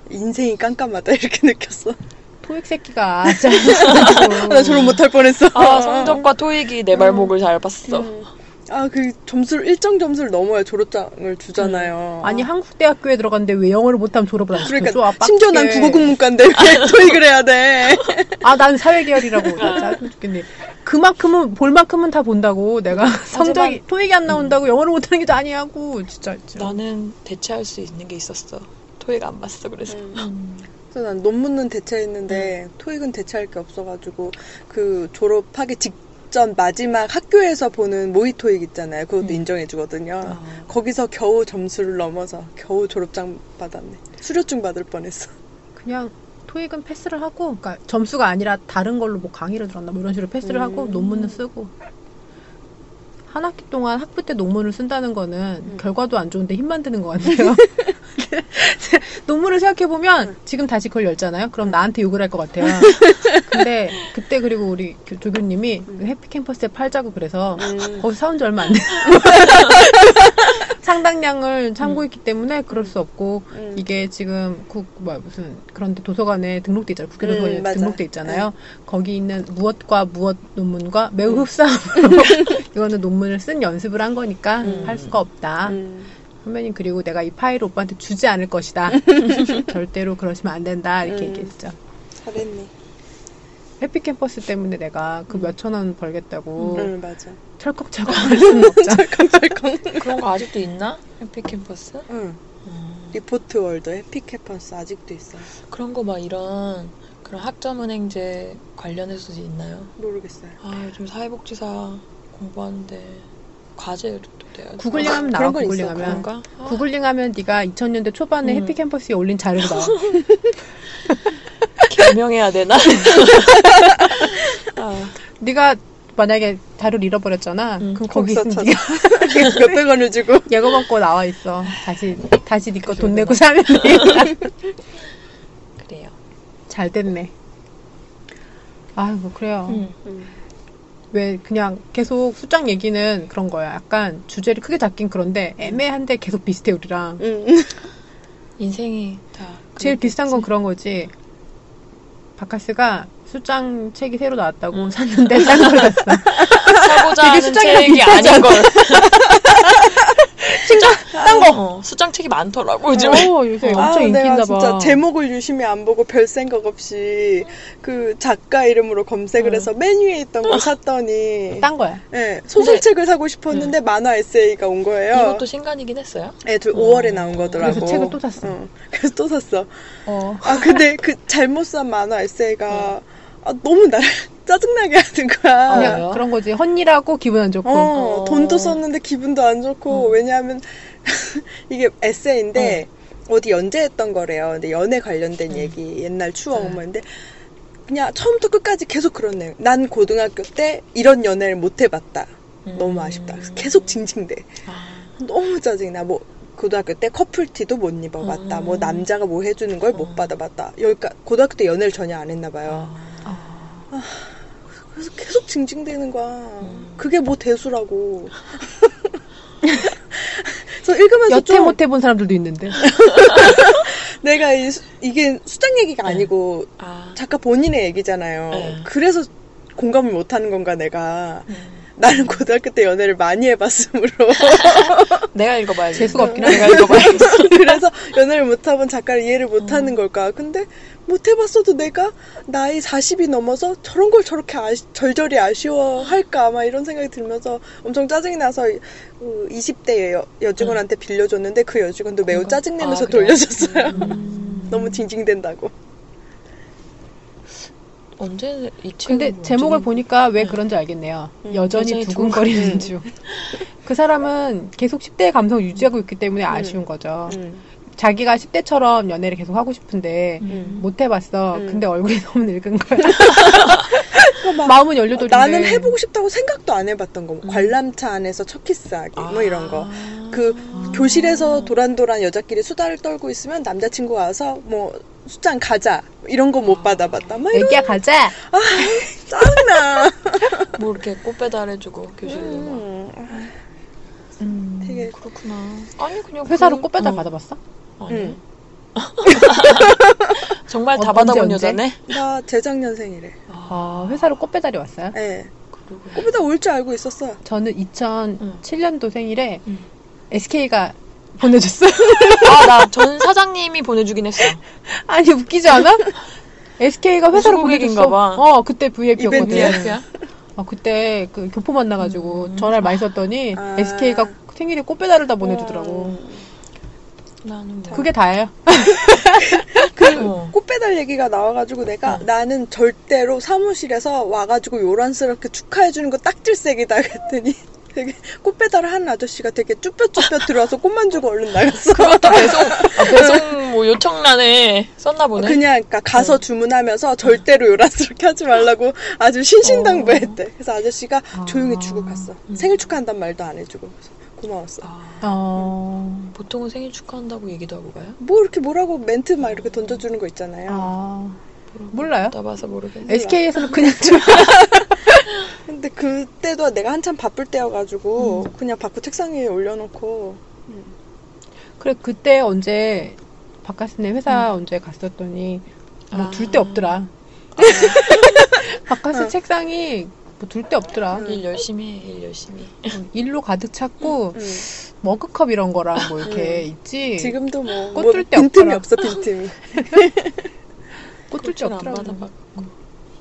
S1: 인생이 깜깜하다 이렇게 느꼈어
S2: 토익 새끼가 아,
S1: 나 졸업 못할 뻔했어
S3: 아, 성적과 토익이 내 발목을 잘 봤어.
S1: 음. 아그 점수를 일정 점수를 넘어야 졸업장을 주잖아요
S2: 음. 아니 한국 대학교에 들어갔는데 왜 영어를 못하면 졸업을 안 시켜줘?
S1: 그러니까
S2: 아, 빡세.
S1: 심지어 난 국어국문과인데 왜 토익을 해야 돼
S2: 아, 난 사회계열이라고. 나 짜증 죽겠네. 그만큼은, 볼 만큼은 다 본다고. 내가 성적이, 토익이 안 나온다고 영어를 못하는 게도 아니하고. 진짜, 진짜.
S3: 나는 대체할 수 있는 게 있었어. 토익 안 봤어, 그래서.
S2: 음.
S1: 그래서 난 논문은 대체했는데 토익은 대체할 게 없어가지고 그 졸업하기 직전 마지막 학교에서 보는 모의 토익 있잖아요. 그것도
S3: 음.
S1: 인정해주거든요.
S3: 아,
S1: 거기서 겨우 점수를 넘어서 겨우 졸업장 받았네. 수료증 받을 뻔했어.
S2: 그냥 토익은 패스를 하고, 그러니까 점수가 아니라 다른 걸로 뭐 강의를 들었나 뭐 이런 식으로 패스를
S1: 음.
S2: 하고, 논문은 쓰고. 한 학기 동안 학부 때 논문을 쓴다는 거는
S1: 음.
S2: 결과도 안 좋은데 힘만 드는 것 같아요. 논문을
S1: 음.
S2: 생각해보면 지금 다시 그걸 열잖아요? 그럼 나한테 욕을 할 것 같아요. 근데 그때 그리고 우리 교- 조교님이 그
S1: 음.
S2: 해피캠퍼스에 팔자고 그래서
S1: 음.
S2: 거기 사온 지 얼마 안 돼요. 상당량을 참고했기 때문에 그럴 수 없고
S1: 음.
S2: 이게 지금 국뭐 무슨 그런데 도서관에 등록돼 있잖아요. 국회
S1: 음, 네.
S2: 도서관에
S1: 맞아.
S2: 등록돼 있잖아요. 거기 있는 무엇과 무엇 논문과 매우
S1: 음.
S2: 흡사함으로 이거는 논문을 쓴 연습을 한 거니까
S1: 음.
S2: 할 수가 없다.
S1: 음.
S2: 선배님 그리고 내가 이 파일을 오빠한테 주지 않을 것이다. 절대로 그러시면 안 된다 이렇게
S1: 음.
S2: 얘기했죠.
S1: 잘했네.
S2: 해피 캠퍼스 때문에 내가
S1: 음.
S2: 그 몇천 원 벌겠다고
S1: 응 맞아.
S2: 철컥철컥 할
S1: 어,
S2: 수는 없잖아.
S1: 덜컹덜컹.
S3: 네. 그런 거 아직도 있나? 해피 캠퍼스?
S1: 응.
S3: 음.
S1: 리포트 월드 해피캠퍼스 아직도 있어. 요
S3: 그런 거 막 이런 그런 학점은행제 관련해서도 있나요?
S1: 모르겠어요.
S3: 아 요즘 사회복지사 공부하는데 과제를 또 내야 돼.
S2: 구글링 하면 나와
S1: 그런 건 있어,
S2: 구글링 하면
S3: 그런가? 아,
S2: 구글링 하면 네가 2000년대 초반에
S3: 음.
S2: 해피 캠퍼스에 올린 자료가 나와
S3: 개명해야 되나? 아,
S2: 네가 만약에 자료를 잃어버렸잖아
S3: 음,
S2: 그럼 거기 있으면
S1: 복사
S2: 네가
S1: 몇백 원을 주고.
S2: 예고 받고 나와 있어 다시 다시 네 거 돈
S3: 그러구나.
S2: 내고 사면
S3: 그래요.
S2: 돼잘 됐네 아이고 그래요
S3: 음.
S1: 음.
S2: 왜 그냥 계속 수장 얘기는 그런 거야 약간 주제를 크게 잡긴 그런데 애매한데 계속 비슷해 우리랑
S1: 음.
S3: 인생이 다
S2: 제일
S3: 그런
S2: 비슷한 건
S3: 거지.
S2: 그런 거지. 바카스가 수장 책이 새로 나왔다고 샀는데 딴걸 샀어.
S3: 사고자
S2: 되게
S3: 하는
S2: 수장이랑
S3: 책이
S2: 비슷하지
S3: 아닌 걸.
S2: 딴 거.
S3: 어, 소장책이 많더라고 요즘.
S2: 어, 요새 엄청
S1: 아,
S2: 인기인가
S1: 내가
S2: 봐.
S1: 진짜 제목을 유심히 안 보고 별 생각 없이 그 작가 이름으로 검색을
S2: 음.
S3: 응.
S1: 해서 맨 위에 있던 걸 샀더니
S2: 딴 거야.
S1: 예, 소설책을 사고
S2: 음.
S1: 싶었는데 만화 에세이가 온 거예요.
S3: 이것도 신간이긴 했어요.
S1: 예, 둘
S3: 음.
S1: 5월에 나온 거더라고.
S2: 그래서 책을 또 샀어.
S1: 응, 그래서 또 샀어.
S2: 어.
S1: 아 근데 그 잘못 산 만화 에세이가 아, 너무 나를 짜증나게 하는 거야.
S2: 음. 아, 그냥
S3: 왜요?
S2: 그런 거지. 헌일하고 기분 안 좋고.
S1: 어,
S3: 어.
S1: 돈도 썼는데 기분도 안 좋고
S3: 음.
S1: 왜냐하면 이게 에세이인데 어디 연재했던 거래요. 근데 연애 관련된
S3: 음.
S1: 얘기 옛날 추억
S3: 네.
S1: 뭐 근데 그냥 처음부터 끝까지 계속 그런 내용. 난 고등학교 때 이런 연애를 못 해봤다.
S3: 음.
S1: 너무 아쉽다. 그래서 계속 징징대.
S3: 아,
S1: 너무 짜증나. 뭐 고등학교 때 커플티도 못 입어봤다.
S3: 음.
S1: 뭐 남자가 뭐 해주는 걸 못
S3: 음.
S1: 받아봤다. 여기까 고등학교 때 연애를 전혀 안 했나 봐요.
S3: 아,
S2: 아,
S1: 그래서 계속 징징대는 거야.
S3: 음.
S1: 그게 뭐 대수라고. 그래서 읽으면서
S2: 여태
S3: 뭐
S1: 좀
S2: 못 해본 사람들도 있는데.
S1: 내가 이, 수- 이게 수장 얘기가
S3: 네.
S1: 아니고
S3: 아,
S1: 작가 본인의 얘기잖아요.
S3: 네.
S1: 그래서 공감을 못하는 건가 내가.
S3: 음.
S1: 나는 고등학교 때 연애를 많이 해봤으므로
S3: 내가 읽어봐야지.
S2: 재수가 없긴
S3: 내가 읽어봐야지.
S1: 그래서 연애를 못해본 작가를 이해를
S3: 음.
S1: 못하는 걸까? 근데 못해봤어도 내가 나이 40이 넘어서 저런 걸 저렇게 아쉬- 절절히 아쉬워할까? 막 이런 생각이 들면서 엄청 짜증이 나서 20대 여, 여직원한테 빌려줬는데 그 여직원도 매우
S3: 음. 그러니까.
S1: 짜증내면서
S3: 아, 그래요?
S1: 돌려줬어요.
S3: 음.
S1: 너무 징징댄다고.
S3: 언제 이 책?
S2: 근데 제목을 보니까 왜 그런지 알겠네요.
S1: 음,
S2: 여전히
S3: 여전히
S2: 두근거리는
S1: 두근- 음.
S2: 중. 그 사람은 계속 10대의 감성을 유지하고 있기 때문에
S1: 음.
S2: 아쉬운
S3: 음.
S2: 거죠. 자기가 10대처럼 연애를 계속 하고 싶은데
S1: 음.
S2: 못 해봤어.
S1: 음.
S2: 근데 얼굴이 너무 늙은 거야.
S1: 그러니까 막
S2: 마음은 연료돌인데.
S1: 나는 해보고 싶다고 생각도 안 해봤던 거. 뭐
S3: 음.
S1: 관람차 안에서 첫 키스하기
S3: 아.
S1: 뭐 이런 거. 그
S2: 아.
S1: 교실에서 도란도란 여자끼리 수다를 떨고 있으면 남자친구 와서 뭐 수장 가자 이런 거 못
S3: 아.
S1: 받아봤다 막 이런
S2: 애기야 가자.
S1: 나
S3: 뭐 이렇게 꽃 배달해주고 교실에 막.
S1: 음,
S2: 음.
S1: 되게
S3: 그렇구나. 아니 그냥
S1: 음.
S2: 회사로
S3: 그-
S2: 꽃배달
S3: 어.
S2: 받아봤어? 음.
S3: 아니.
S1: 응.
S3: 정말 다
S2: 언제,
S3: 받아본
S2: 언제?
S3: 여자네.
S1: 나 재작년생이래.
S2: 아 회사로 꽃배달이 왔어요?
S1: 예,
S3: 그러고.
S1: 꼬부다 올 줄 알고 있었어.
S2: 저는 2007년도 생일에
S3: 음.
S2: SK가 보내줬어요.
S3: 아나 전 사장님이 보내주긴 했어.
S2: 아니 웃기지 않아? SK가 회사로
S3: 우수 고객인가
S2: 보내줬어.
S3: 봐.
S2: 어 그때 VIP였거든.
S1: 이벤트야?
S2: 아 그때 그 교포 만나가지고
S3: 음.
S2: 전화를 많이 썼더니
S1: 아.
S2: SK가 생일에 꽃배달을 다 보내주더라고.
S3: 어.
S1: 음.
S3: 나는 뭐.
S2: 그게 다예요.
S3: 어.
S1: 꽃배달 얘기가 나와가지고 내가
S2: 음.
S3: 응.
S1: 나는 절대로 사무실에서 와가지고 요란스럽게 축하해주는 거 딱질색이다 그랬더니 되게 꽃배달을 하는 아저씨가 되게 쭈뼛쭈뼛 들어와서 꽃만 주고 얼른 나갔어.
S3: 아, 배송 뭐 요청란에 썼나 보네.
S1: 그냥 그러니까 가서 주문하면서 절대로 요란스럽게 하지 말라고 아주 신신당부했대. 그래서 아저씨가
S2: 아.
S1: 조용히 주고 갔어.
S3: 음.
S1: 생일 축하한단 말도 안 해주고 그래서 고마웠어.
S3: 아,
S2: 어.
S3: 보통은 생일 축하한다고 얘기도 하고 가요?
S1: 뭐 이렇게 뭐라고 멘트 막 이렇게 던져주는 거 있잖아요.
S2: 아 몰라요.
S3: 따봐서 모르겠네.
S2: SK에서는 그냥 좀
S1: 근데 그때도 내가 한참 바쁠 때여가지고 그냥 바꾸 책상 위에 올려놓고
S2: 그래 그때 언제 박카스네 회사 언제 갔었더니 뭐
S3: 음. 아.
S2: 둘 데 없더라. 박카스
S1: 응.
S2: 책상이 뭐 둘 데 없더라.
S1: 응.
S3: 아, 일 열심히 해, 일 열심히.
S2: 일로 가득 찼고
S1: 음.
S2: 머그컵 이런 거랑 뭐 이렇게 있지.
S1: 지금도 뭐,
S2: 꽃
S1: 뭐
S2: 뜰데
S1: 빈틈이
S2: 없더라.
S1: 없어 빈틈이.
S2: 꽃줄지
S3: 꽃을 안
S2: 없더라고.
S3: 받아봤고.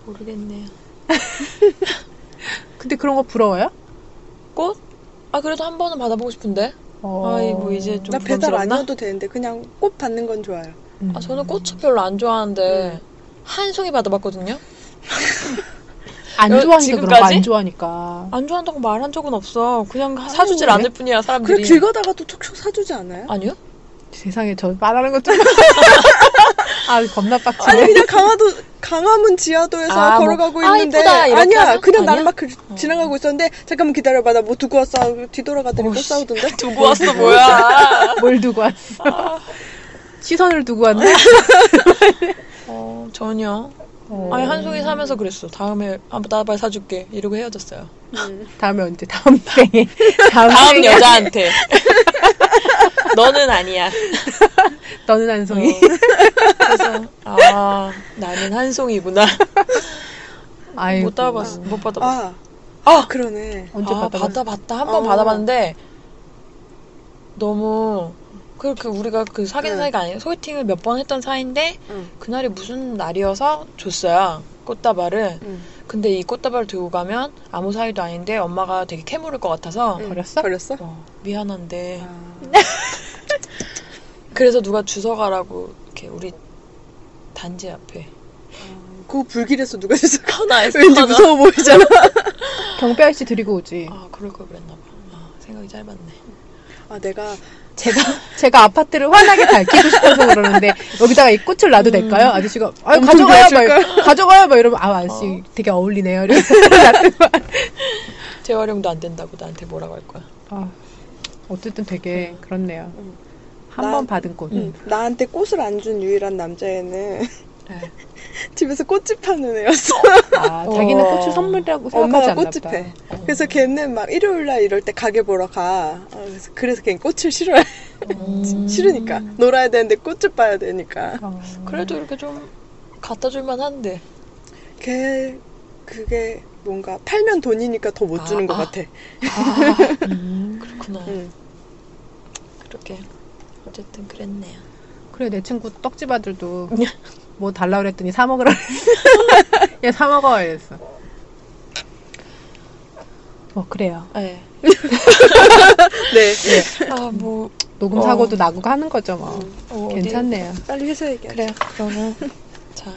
S3: 모르겠네요.
S2: 근데 그런 거 부러워요?
S3: 꽃? 아 그래도 한 번은 받아보고 싶은데.
S2: 어.
S3: 아이, 뭐 이제 좀-
S1: 나 배달
S3: 부담스럽나?
S1: 아니어도 되는데 그냥 꽃 받는 건 좋아요.
S2: 음.
S3: 아 저는 꽃을 별로 안 좋아하는데 한 송이 받아봤거든요.
S2: 안
S3: 여-
S2: 좋아하니까 그런 거
S3: 지금까지?
S2: 안 좋아하니까.
S3: 안 좋아한다고 말한 적은 없어. 그냥 사주질
S2: 왜?
S3: 않을 뿐이야 사람들이.
S1: 그래 길 가다가도 촉촉 사주지 않아요?
S3: 아니요?
S2: 세상에 저 말하는 것 좀. 아 겁나
S1: 아니
S2: 빡치네.
S1: 그냥 강화도 강화문 지하도에서
S3: 아, 뭐,
S1: 걸어가고
S3: 아,
S1: 있는데
S3: 이쁘다, 이렇게
S1: 어? 아니야
S3: 하나?
S1: 그냥 나는
S3: 아니야?
S1: 막 그- 지나가고 있었는데 잠깐만 기다려봐 나 뭐 두고 왔어 하고 뒤돌아가더니
S3: 오,
S1: 또
S3: 씨.
S1: 싸우던데
S3: 두고 왔어 뭐야.
S2: 뭘 두고 왔어?
S3: 아.
S2: 시선을 두고 왔네.
S3: 어 전혀.
S2: 어.
S3: 아니 한 송이 사면서 그랬어. 다음에 아나빨 사줄게. 이러고 헤어졌어요.
S1: 음.
S2: 다음에 언제? 다음 생에. 다음,
S3: 다음
S2: 생에.
S3: 여자한테. 너는 아니야.
S2: 너는 한 송이.
S3: 어, 그래서 아 나는 한 송이구나.
S2: 아이고.
S3: 어. 못 받아봤어. 못 받아봤어.
S1: 아,
S3: 아
S1: 그러네
S2: 언제
S3: 아,
S2: 받아봤어?
S3: 받아봤다. 한 번
S1: 어.
S3: 받아봤는데 너무 그렇게 우리가 그 사귀는
S1: 응.
S3: 사이가 아니에요. 소개팅을 몇 번 했던 사이인데
S1: 응.
S3: 그날이 무슨 날이어서 줬어요. 꽃다발을.
S1: 응.
S3: 근데 이 꽃다발을 들고 가면 아무 사이도 아닌데 엄마가 되게 캐물을 것 같아서
S1: 응.
S2: 버렸어?
S1: 버렸어?
S3: 어, 미안한데
S1: 아.
S3: 그래서 누가 주워가라고 이렇게 우리 단지 앞에
S1: 그 불길에서 누가 진짜
S3: 하나 했어.
S1: 왠지 무서워 보이잖아.
S2: 경비 아저씨 드리고 오지.
S3: 아 그럴 걸 그랬나 봐. 아, 생각이 짧았네.
S1: 아 내가
S2: 제가 제가 아파트를 환하게 밝히고 싶어서 그러는데 여기다가 이 꽃을 놔도
S3: 음.
S2: 될까요? 아저씨가 아
S1: 엄청
S2: 가져가요, 막
S1: 좋아하실까요?
S2: 이러- 가져가요, 막 이러면 아 아저씨 되게 어울리네요. 이러면서
S3: 재활용도 안 된다고 나한테 뭐라고 할 거야.
S2: 아, 어쨌든 되게 그렇네요.
S1: 음.
S2: 한
S1: 나-
S2: 번 받은 꽃.
S1: 음, 나한테 꽃을 안 준 유일한 남자애는
S2: 네.
S1: 집에서 꽃집 하는 애였어.
S2: 아, 자기는
S3: 어.
S2: 꽃을 선물이라고 생각하지
S1: 엄마가
S2: 않나
S1: 꽃집 음.
S2: 보다.
S1: 해. 그래서 걔는 막 일요일 날 이럴 때 가게 보러 가. 어, 그래서, 그래서 걔는 꽃을 싫어해.
S3: 음.
S1: 싫으니까 놀아야 되는데 꽃집 봐야 되니까.
S2: 어.
S3: 그래도 이렇게 좀 갖다 줄만 한데.
S1: 걔 그게 뭔가 팔면 돈이니까 더 못 주는
S3: 아,
S1: 것
S3: 아.
S1: 같아.
S3: 아,
S2: 음.
S3: 그렇구나.
S1: 응.
S3: 그렇게 어쨌든 그랬네요. 네.
S2: 그래 내 친구 떡집 아들도 뭐 달라 그랬더니 사 먹으라. 얘사 먹어 이랬어. 뭐 그래요.
S3: 네.
S1: 네.
S3: 아뭐
S2: 녹음
S3: 어.
S2: 사고도 나고 하는 거죠 뭐.
S3: 어, 어디-
S2: 괜찮네요.
S1: 빨리 회사 얘기하자.
S3: 그래요. 그러면 자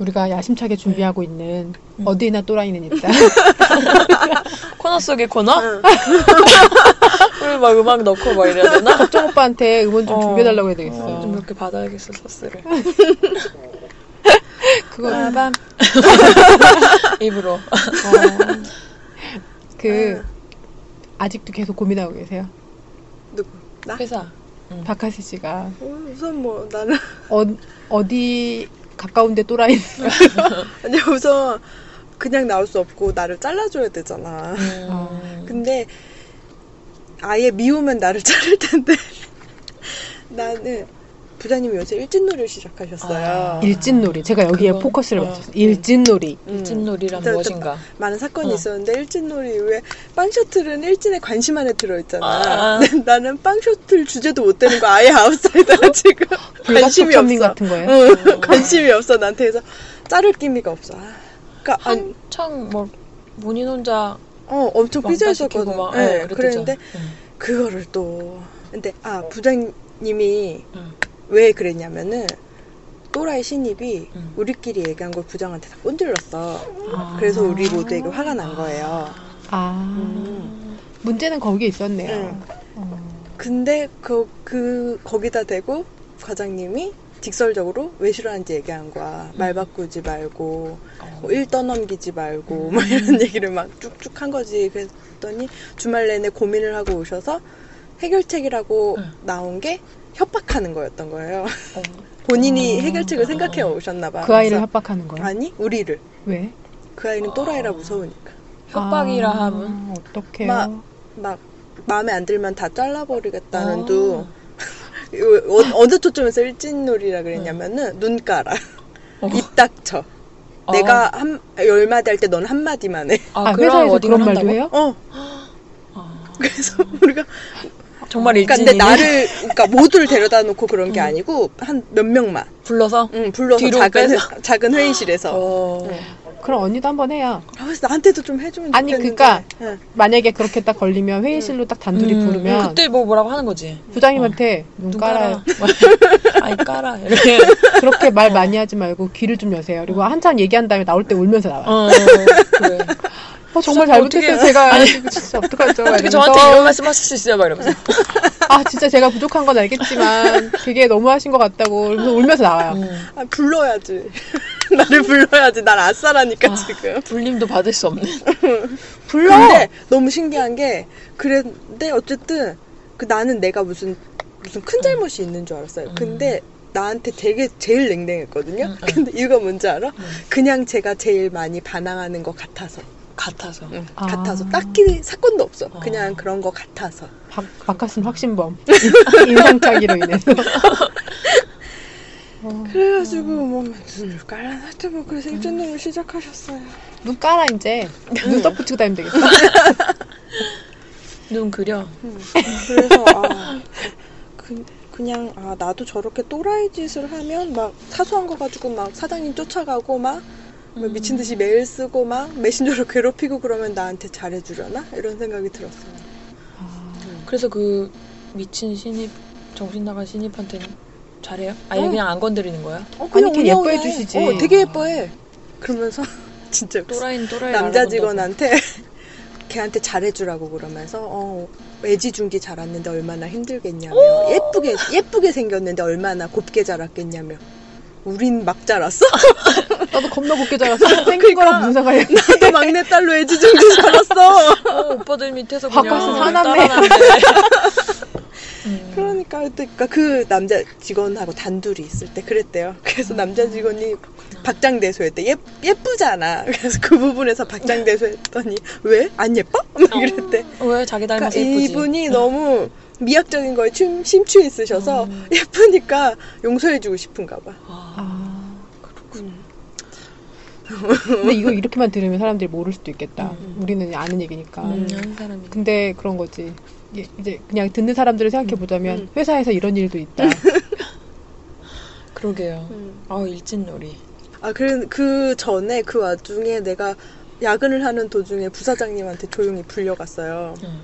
S2: 우리가 야심차게 준비하고 있는
S3: 음.
S2: 어디나 또라이는 있다.
S3: 코너 속의 코너?
S1: 응.
S3: 우리 막 음악 넣고 막 이래야 되나?
S2: 정 오빠한테 음원 좀
S3: 어.
S2: 준비해달라고 해야 되겠어.
S3: 어, 좀 이렇게 받아야겠어 서스를
S2: 그거
S3: 아,
S2: 밤.
S3: 입으로. 네.
S2: 그 아직도 계속 고민하고 계세요.
S1: 누구? 나?
S3: 회사.
S2: 박하세 씨가
S1: 어, 우선 뭐 나는
S2: 어, 어디 가까운데 또라이
S1: 아니 우선 그냥 나올 수 없고 나를 잘라줘야 되잖아.
S3: 음.
S1: 근데 아예 미우면 나를 자를 텐데 나는 부장님이 요새 일진놀이를 시작하셨어요.
S3: 아.
S2: 일진놀이. 제가 여기에
S3: 그건- 네.
S2: 포커스를
S3: 어.
S2: 맞췄어요. 일진놀이.
S1: 음,
S3: 찐놀이란
S1: 또- 또-
S3: 무엇인가?
S1: 많은 사건이
S3: 어.
S1: 있었는데 일진놀이 이후에 빵셔틀은 일진의 관심 안에 들어있잖아.
S3: 아.
S1: 근데 나는 빵셔틀 주제도 못 되는 거 아예 아웃사이더라 지금. 관심이
S2: 불가촉천민
S1: 없어.
S2: 같은 거예요.
S1: 응, 관심이 없어 나한테 그래서 자를 끼미가 없어. 아, 그러니까 안-
S3: 한창 뭐 문인 혼자
S1: 어
S2: 그
S1: 엄청
S3: 왕따시키고
S1: 삐져있었거든.
S3: 막 음.
S1: 네,
S3: 예,
S1: 그랬는데
S3: 응.
S1: 그거를 또 근데 아 부장님이
S3: 응.
S1: 왜 그랬냐면은 또라이 신입이
S3: 응.
S1: 우리끼리 얘기한 걸 부장한테 다 꼰질렀어.
S2: 아.
S1: 그래서 우리 모두에게 화가 난 거예요.
S2: 아
S1: 음.
S2: 문제는 거기에 있었네요.
S1: 응.
S2: 어.
S1: 근데 그, 그 거기다 대고 과장님이 직설적으로 왜 싫어하는지 얘기한
S2: 음.
S1: 거야. 말 바꾸지 말고
S3: 어.
S1: 뭐 일 떠넘기지
S2: 음.
S1: 말고 막 이런 얘기를 막 쭉쭉 한 거지. 그랬더니 주말 내내 고민을 하고 오셔서 해결책이라고
S2: 네.
S3: 응.
S1: 나온 게 협박하는 거였던 거예요.
S3: 어.
S1: 본인이
S2: 아.
S1: 해결책을 생각해
S3: 어.
S1: 오셨나 봐.
S2: 그 아이를
S1: 그래서
S2: 협박하는 거예요.
S1: 아니 우리를
S2: 왜?
S1: 그 아이는 또라이라
S3: 아.
S1: 무서우니까
S3: 협박이라
S2: 아,
S3: 함은
S2: 어떡해요.
S1: 막- 막 마음에 안 들면 다 잘라버리겠다는
S3: 아.
S1: 둥 이거 어- 어느 초점에서 일진놀이라 그랬냐면은 눈 깔아
S3: 네. 어.
S1: 입 닥쳐
S3: 어.
S1: 내가 한 열마디 할 때 넌 한마디만 해
S2: 아,
S3: 그런
S2: 회사에서
S3: 어디를
S2: 그런 말도
S3: 한다고?
S2: 해요?
S1: 어,
S3: 아.
S1: 그래서 우리가
S3: 정말
S2: 어.
S1: 그러니까
S3: 일진이
S1: 근데 나를 그러니까 모두를 데려다 놓고 그런 게 아니고 한 몇 명만
S3: 불러서
S2: 음.
S1: 응, 불러서
S3: 뒤로
S1: 작은
S3: 빼서?
S1: 회- 작은 회의실에서
S3: 어.
S2: 그럼 언니도 한번 해요.
S1: 아, 그래서 나한테도 좀 해주면
S2: 아니,
S1: 좋겠는데
S2: 그러니까
S1: 응.
S2: 만약에 그렇게 딱 걸리면 회의실로 딱 단둘이
S3: 음,
S2: 부르면
S3: 그때 뭐 뭐라고 하는 거지?
S2: 부장님한테 눈
S3: 눈
S2: 깔아요.
S3: 깔아. 아이 깔아. 이렇게.
S2: 그렇게 말 많이 하지 말고 귀를 좀 여세요. 그리고 한참 얘기한 다음에 나올 때 울면서 나와요.
S3: 어. 그래.
S2: 어, 정말
S3: 진짜
S2: 잘못했어요.
S3: 어떻게-
S2: 제가 진짜 어떡하죠?
S3: 어떻게
S2: 이러면서.
S3: 아, 저한테 이런 말씀 하실 수 있어요? 막 이러면서.
S2: 아 진짜 제가 부족한 건 알겠지만 되게 너무하신 것 같다고 그러면서 울면서 나와요.
S3: 음.
S1: 아, 불러야지. 나를 불러야지. 날 아싸라니까, 지금.
S3: 불림도 받을 수 없는.
S2: 불러.
S1: 근데 너무 신기한 게, 그런데 어쨌든, 그 나는 내가 무슨, 무슨 큰 잘못이 있는 줄 알았어요.
S3: 음.
S1: 근데 나한테 되게 제일 냉랭했거든요.
S3: 음, 음.
S1: 근데 이유가 뭔지 알아?
S3: 음.
S1: 그냥 제가 제일 많이 반항하는 것 같아서.
S3: 같아서.
S1: 응,
S2: 아.
S1: 같아서. 딱히 사건도 없어. 그냥
S3: 아.
S1: 그런 것 같아서.
S2: 박, 박하순 확신범 인상착의로 인해서. 어,
S1: 그래가지고, 뭐, 눈을 깔아놨대, 뭐, 그래서 일전놈을 시작하셨어요.
S3: 음.
S2: 눈 깔아 이제 눈썹 붙이고 다니면 되겠다.
S3: 눈 그려.
S1: 음, 그래서 아, 그, 그냥 아 나도 저렇게 또라이 짓을 하면 막 사소한 거 가지고 막 사장님 쫓아가고 막뭐
S3: 음.
S1: 미친 듯이 메일 쓰고 막 메신저로 괴롭히고 그러면 나한테 잘해주려나 이런 생각이 들었어요.
S2: 아,
S3: 그래서 그 미친 신입 정신 나간 신입한테 는 잘해요? 아니
S1: 어.
S3: 그냥 안 건드리는 거야?
S1: 어,
S2: 그냥
S1: 게
S2: 오냐오냐 해.
S1: 어, 되게 예뻐해. 그러면서 진짜 웃어.
S3: 또라이는 또라이
S1: 남자 직원한테 걔한테 잘해주라고 그러면서 어, 애지중지 자랐는데 얼마나 힘들겠냐며 예쁘게 예쁘게 생겼는데 얼마나 곱게 자랐겠냐며 우린 막 자랐어
S2: 나도 겁나 곱게 자랐어.
S3: 아,
S2: 생긴
S3: 그러니까.
S2: 거랑 무슨 상관이야.
S1: 나도 막내 딸로 애지중지 자랐어
S3: 어, 오빠들 밑에서
S2: 바꿔서
S3: 그냥
S2: 사납네.
S3: 음.
S1: 그러니까 그러니까 그 남자 직원하고 단둘이 있을 때 그랬대요 그래서 남자 직원이 박장대소했대 예, 예쁘잖아 그래서 그 부분에서 박장대소했더니 왜 안 예뻐 막 이랬대
S3: 왜 자기 닮아서
S1: 그러니까
S3: 예쁘지?
S1: 이분이 너무 미학적인 거에 침, 심취해 있으셔서
S3: 음.
S1: 예쁘니까 용서해주고 싶은가 봐.
S3: 아,
S2: 아,
S1: 그렇군.
S2: 근데 이거 이렇게만 들으면 사람들이 모를 수도 있겠다.
S3: 음.
S2: 우리는 아는 얘기니까.
S3: 음, 한 사람이.
S2: 근데 그런 거지. 이게 이제 그냥 듣는 사람들을 생각해 보자면
S1: 음.
S2: 회사에서 이런 일도 있다.
S3: 그러게요.
S1: 음.
S3: 아 일진놀이.
S1: 아, 그, 그 전에 그 와중에 내가 야근을 하는 도중에 부사장님한테 조용히 불려갔어요.
S3: 음.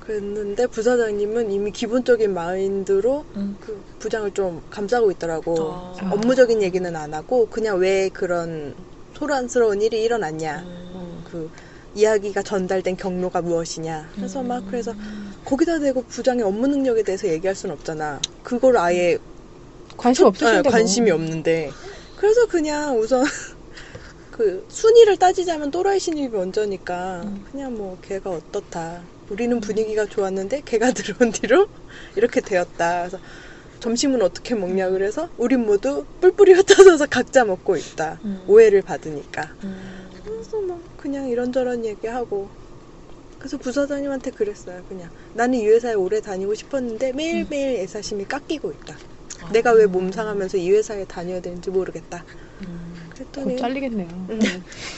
S1: 그랬는데 부사장님은 이미 기본적인 마인드로
S3: 음.
S1: 그 부장을 좀 감싸고 있더라고.
S3: 아.
S1: 업무적인 얘기는 안 하고 그냥 왜 그런 소란스러운 일이 일어났냐.
S3: 음.
S1: 그 이야기가 전달된 경로가 무엇이냐. 그래서 막 그래서
S3: 음.
S1: 거기다 대고 부장의 업무 능력에 대해서 얘기할 순 없잖아. 그걸 아예
S2: 관심 없으신데 뭐.
S1: 아, 관심이 없는데. 그래서 그냥 우선 그 순위를 따지자면 또라이 신입이 먼저니까
S3: 음.
S1: 그냥 뭐 걔가 어떻다. 우리는 분위기가 좋았는데 걔가 들어온 뒤로 이렇게 되었다. 그래서 점심은 어떻게 먹냐
S2: 음.
S1: 그래서 우린 모두 뿔뿔이 흩어져서 각자 먹고 있다.
S3: 음.
S1: 오해를 받으니까.
S3: 음.
S1: 그래서 막 그냥 이런저런 얘기하고 그래서 부사장님한테 그랬어요 그냥 나는 이 회사에 오래 다니고 싶었는데 매일매일 애사심이 깎이고 있다
S3: 음. 아.
S1: 내가 왜 몸 상하면서 이 회사에 다녀야 되는지 모르겠다
S3: 음.
S1: 그랬더니
S2: 곧 잘리겠네요.
S1: 음.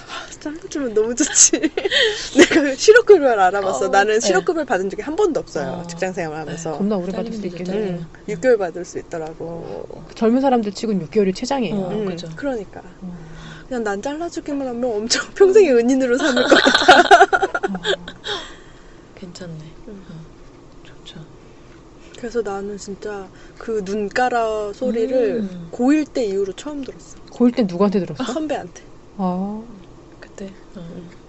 S1: 아, 잘라주면 너무 좋지 내가 실업급여를 알아봤어
S3: 어,
S1: 나는
S3: 네.
S1: 실업급여를 받은 적이 한 번도 없어요
S3: 어.
S1: 직장생활 하면서
S2: 겁나 오래 받을
S3: 잘리면
S2: 수
S3: 되죠,
S2: 있겠네.
S1: 음,
S3: 네.
S1: 6개월 받을 수 있더라고
S2: 젊은 사람들 치곤 6개월이 최장이에요.
S3: 어.
S1: 음,
S3: 그죠.
S1: 그러니까
S2: 어.
S1: 그냥 난 잘라주기만 하면 엄청 평생의
S3: 음.
S1: 은인으로 삼을 것 같아
S3: 괜찮네.
S1: 음.
S3: 어, 좋죠.
S1: 그래서 나는 진짜 그 눈가라 소리를
S3: 음.
S1: 고1 때 이후로 처음 들었어.
S2: 고일 땐 누구한테
S1: 아.
S2: 들었어?
S1: 선배한테.
S2: 아,
S3: 그때.
S1: 음.
S3: 어.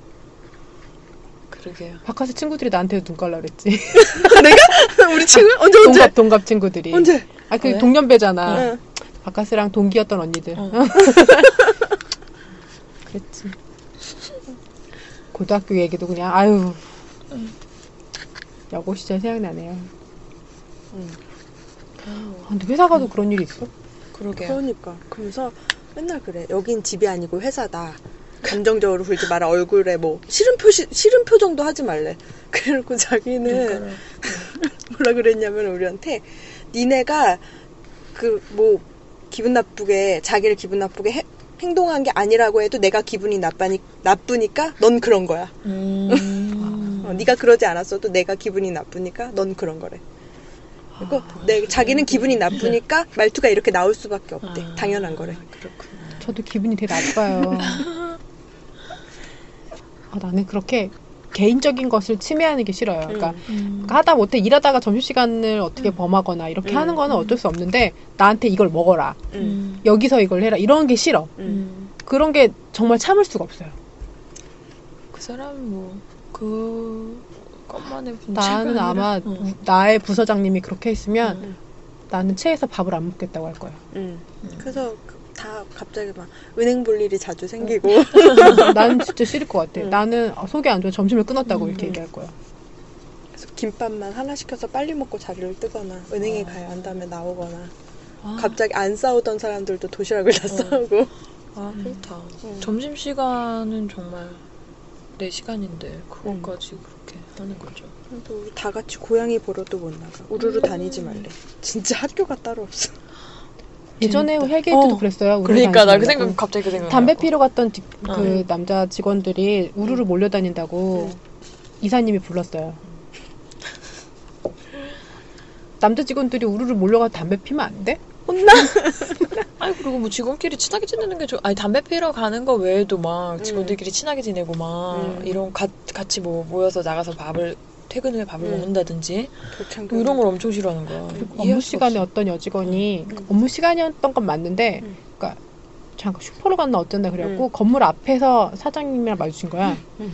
S3: 그러게요.
S2: 바깥에 친구들이 나한테 눈 깔라 그랬지.
S1: 우리 친구? 언제, 언제?
S2: 동갑 동갑 친구들이.
S1: 아, 언제? 네.
S2: 아, 그
S3: 왜?
S2: 동년배잖아.
S1: 응.
S2: 바깥이랑 동기였던 언니들.
S3: 어.
S1: 음.
S2: 그랬지. 고등학교 얘기도 그냥 아유. 여고 시절 생각나네요. 아,
S3: 아유,
S2: 근데 회사 가도 그런 일이 있어?
S3: 그러게요.
S1: 그러니까. 그러면서 맨날 그래. 여긴 집이 아니고 회사다. 감정적으로 굴지 마라. 얼굴에 뭐, 싫은 표시, 싫은 표정도 하지 말래. 그래놓고 자기는
S3: 눈가를.
S1: 뭐라 그랬냐면 우리한테 니네가 그 뭐, 기분 나쁘게, 자기를 기분 나쁘게 해- 행동한 게 아니라고 해도 내가 기분이 나빠니, 나쁘니까 넌 그런 거야.
S3: 음.
S1: 어, 네가 그러지 않았어도 내가 기분이 나쁘니까 넌 그런 거래. 그리고 내 자기는 기분이 나쁘니까 말투가 이렇게 나올 수밖에 없대.
S3: 아,
S1: 당연한 거래.
S3: 그렇구나.
S2: 저도 기분이 되게 나빠요. 아, 나는 그렇게 개인적인 것을 침해하는 게 싫어요. 그러니까
S3: 음.
S2: 하다 못해 일하다가 점심시간을 어떻게 범하거나 이렇게
S1: 음.
S2: 하는 거는 어쩔 수 없는데 나한테 이걸 먹어라
S1: 음,
S2: 여기서 이걸 해라 이런 게 싫어
S1: 음.
S2: 그런 게 정말 참을 수가 없어요
S3: 그 사람 뭐그 것만의 어. 문제가
S2: 나는
S3: 아니라-
S2: 아마
S3: 응.
S2: 우- 나의 부서장님이 그렇게 했으면
S3: 음.
S2: 나는 체에서 밥을 안 먹겠다고 할 거야
S1: 음.
S3: 음.
S1: 그래서 그- 다 갑자기 막 은행 볼 일이 자주 생기고
S2: 나는 진짜 싫을 것 같아
S1: 음.
S2: 나는 아, 속이 안 좋아 점심을 끊었다고
S1: 음.
S2: 이렇게 얘기할 거야
S1: 그래서 김밥만 하나 시켜서 빨리 먹고 자리를 뜨거나 은행에
S3: 아.
S1: 가야 한 다음에 나오거나
S3: 아,
S1: 갑자기 안 싸우던 사람들도 도시락을 다 싸우고
S3: 아 싫다.
S1: 음.
S3: 점심 시간은 정말 내 시간인데
S2: 음.
S3: 그것까지 그렇게 하는 거죠.
S1: 또 우리 다 같이 고양이 보러도 못 나가 우르르
S3: 음.
S1: 다니지 말래 진짜 학교가 따로 없어
S2: 예전에
S3: 재밌다.
S2: 헬게이트도
S3: 어.
S2: 그랬어요 우르르
S3: 그러니까 나 그
S2: 다니신다고.
S3: 생각 갑자기 그 생각.
S2: 담배 피러 갔던 직- 그
S3: 응.
S2: 남자 직원들이 우르르 몰려다닌다고
S1: 응.
S2: 이사님이 불렀어요 남자 직원들이 우르르 몰려가 서 담배 피면 안 돼?
S3: 아니 그리고 뭐 직원끼리 친하게 지내는 게 좋. 아니 담배 피러 가는 거 외에도 막
S2: 음.
S3: 직원들끼리 친하게 지내고 막
S1: 음.
S3: 이런 가, 같이 뭐 모여서 나가서 밥을 퇴근 후에 밥을
S1: 음.
S3: 먹는다든지
S1: 도창
S3: 이런 걸 엄청 싫어하는 거야.
S2: 업무
S3: 이해할 수가
S2: 시간에
S3: 없어.
S2: 어떤 여직원이
S1: 음.
S2: 업무 시간이었던 건 맞는데
S1: 음.
S2: 그러니까 잠깐 슈퍼로 갔나 어쩐다 그래갖고 건물 앞에서 사장님이랑 마주친 거야.
S1: 음.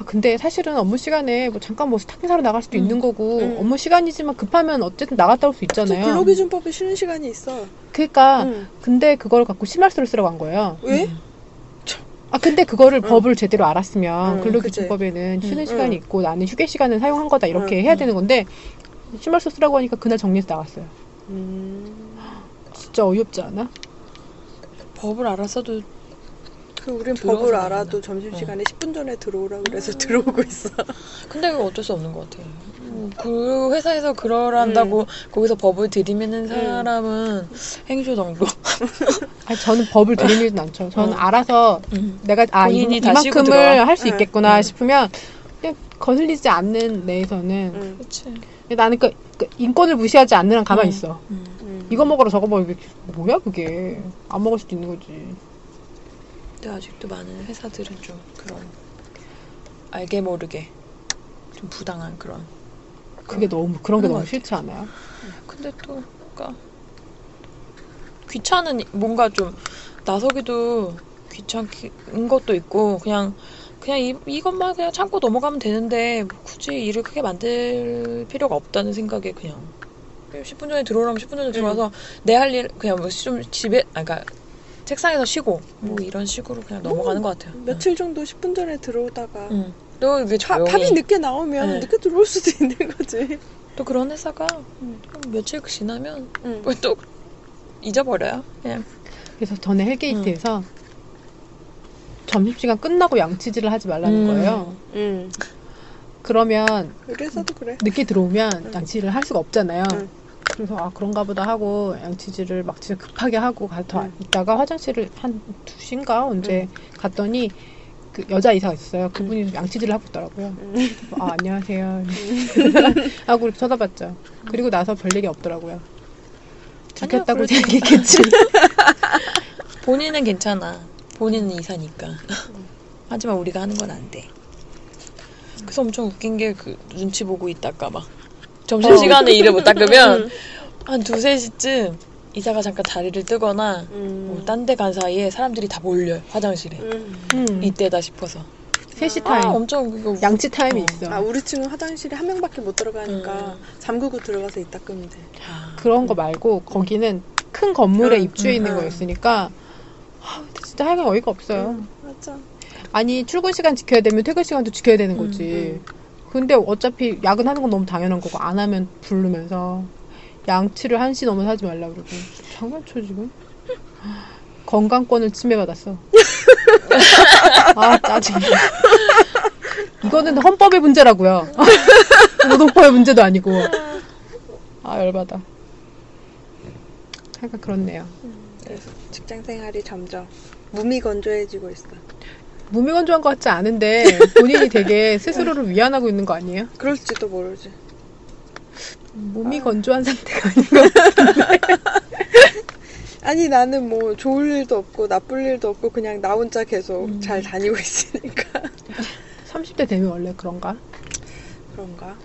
S2: 아, 근데 사실은 업무 시간에 뭐 잠깐 뭐 스타킹 사러 나갈 수도
S3: 음.
S2: 있는 거고
S1: 음.
S2: 업무 시간이지만 급하면 어쨌든 나갔다 올 수
S1: 또
S2: 있잖아요.
S1: 근로기준법에 쉬는 시간이 있어.
S3: 아,
S2: 그러니까
S1: 응.
S2: 근데 그걸 갖고 심할수를 쓰러 간 거예요.
S1: 왜?
S3: 음.
S2: 아 근데 그거를
S1: 응.
S2: 법을 제대로 알았으면
S1: 응,
S2: 근로기준법에는 쉬는
S3: 응,
S2: 시간이
S1: 응.
S2: 있고 나는 휴게 시간은 사용한 거다 이렇게
S1: 응,
S2: 해야
S3: 응.
S2: 되는 건데 심할수 쓰라고 하니까 그날 정리해서 나갔어요.
S1: 음.
S2: 진짜 어이없지 않아?
S3: 법을 알았어도
S1: 그 우린
S3: 들어서
S1: 법을
S3: 나간다. 어.
S1: 알아도 점심시간에 10분 전에 들어오라 그래서 들어오고 있어.
S3: 근데 그건 어쩔 수 없는 것 같아. 음, 그 회사에서 그러란다고
S2: 음.
S3: 거기서 법을 들이미는 사람은 행주 정도.
S2: 아니 저는 법을 들이밀진 않죠. 저는
S3: 응.
S2: 알아서 내가 아 이,
S3: 본인이 다 씹고
S2: 이만큼을
S3: 들어와.
S2: 할 수
S1: 응,
S2: 있겠구나
S3: 응.
S2: 싶으면 그냥 거슬리지 않는 내에서는
S1: 응.
S3: 그렇지.
S2: 근데 나는 그, 그 인권을 무시하지 않는 한 가만히
S3: 응.
S2: 있어.
S1: 음.
S2: 이거 먹으러 저거 먹으러 이게 뭐야 그게 안 먹을 수도 있는 거지.
S3: 근데 아직도 많은 회사들은 좀 그런 알게 모르게 좀 부당한 그런.
S2: 그게 너무 그런 게
S3: 그런
S2: 너무
S3: 것
S2: 싫지 않아요?
S3: 근데 또 뭔가 귀찮은 뭔가 좀 나서기도 귀찮은 것도 있고 그냥 그냥 이, 이것만 그냥 참고 넘어가면 되는데 뭐 굳이 일을 크게 만들 필요가 없다는 생각에 그냥 10분 전에 들어오라면 10분 전에 들어와서 내 할 일 그냥 뭐 좀 집에 아 그러니까 책상에서 쉬고 뭐 이런 식으로 그냥 넘어가는 것 같아요.
S1: 며칠 정도 10분 전에 들어오다가
S3: 응. 또 이게
S1: 파,
S3: 음. 조용히.
S1: 팝이 늦게 나오면
S3: 네.
S1: 늦게 들어올 수도 있는 거지.
S3: 또 그런 회사가
S1: 음.
S3: 며칠 그 지나면
S1: 응.
S3: 뭐또 잊어버려요. 예. 그냥
S2: 그래서 전에 헬게이트에서 점심시간 끝나고 양치질을 하지 말라는
S3: 음.
S2: 거예요.
S1: 응.
S2: 그러면
S1: 우리 회사도 그래.
S2: 늦게 들어오면
S1: 음.
S2: 양치질을 할 수가 없잖아요.
S1: 음.
S2: 그래서 아 그런가 보다 하고 양치질을 막 진짜 급하게 하고 가서
S1: 음.
S2: 있다가 화장실을 한 2시인가 언제 갔더니 그 여자 이사가 있었어요. 그분이 양치질을 하고 있더라고요.
S1: 음.
S2: 아 안녕하세요. 하고 이렇게 쳐다봤죠. 그리고 나서 별 얘기 없더라고요. 들켰다고
S3: 그래도-
S2: 생각했겠지.
S3: 본인은 괜찮아. 본인은 이사니까. 하지만 우리가 하는 건 안 돼. 그래서 엄청 웃긴 게 그 눈치 보고 있다가 막 점심 시간에 일을 못 닦으면 한 두세 시쯤 이사가 잠깐 자리를 뜨거나 뭐
S1: 음.
S3: 딴 데 간 사이에 사람들이 다 몰려 화장실에
S1: 음.
S2: 음.
S3: 이때다 싶어서
S2: 세시
S3: 아
S2: 타임.
S3: 엄청 그거 우-
S2: 양치 타임이
S3: 어.
S2: 있어.
S1: 아 우리 층은 화장실에 한 명밖에 못 들어가니까
S3: 음.
S1: 잠그고 들어가서 이따 끄면 돼.
S3: 아,
S2: 그런 거 말고 거기는 큰 건물에
S1: 응,
S2: 입주해
S3: 응,
S2: 있는
S1: 응.
S2: 거였으니까 아, 진짜 하여간 어이가 없어요.
S1: 응, 맞아.
S3: 네.
S2: 아니 출근 시간 지켜야 되면 퇴근 시간도 지켜야 되는 거지.
S1: 응,
S2: 근데 어차피 야근하는 건 너무 당연한 거고 안 하면 부르면서 양치를 한 시 넘어서 하지 말라 그러고 장난쳐 지금. 건강권을 침해받았어. 아 짜증나. 이거는 헌법의 문제라고요. 노동법의 문제도 아니고. 아 열받아. 약간 그렇네요.
S1: 그래서 직장 생활이 점점 무미건조해지고 있어.
S2: 무미건조한 것 같지 않은데 본인이 되게 스스로를 위안하고 있는 거 아니에요?
S1: 그럴지도 모르지.
S2: 몸이 건조한 상태가 아니
S1: 아니 나는 뭐 좋을 일도 없고 나쁠 일도 없고 그냥 나 혼자 계속
S3: 음.
S1: 잘 다니고 있으니까
S2: 30대 되면 원래 그런가?
S1: 그런가?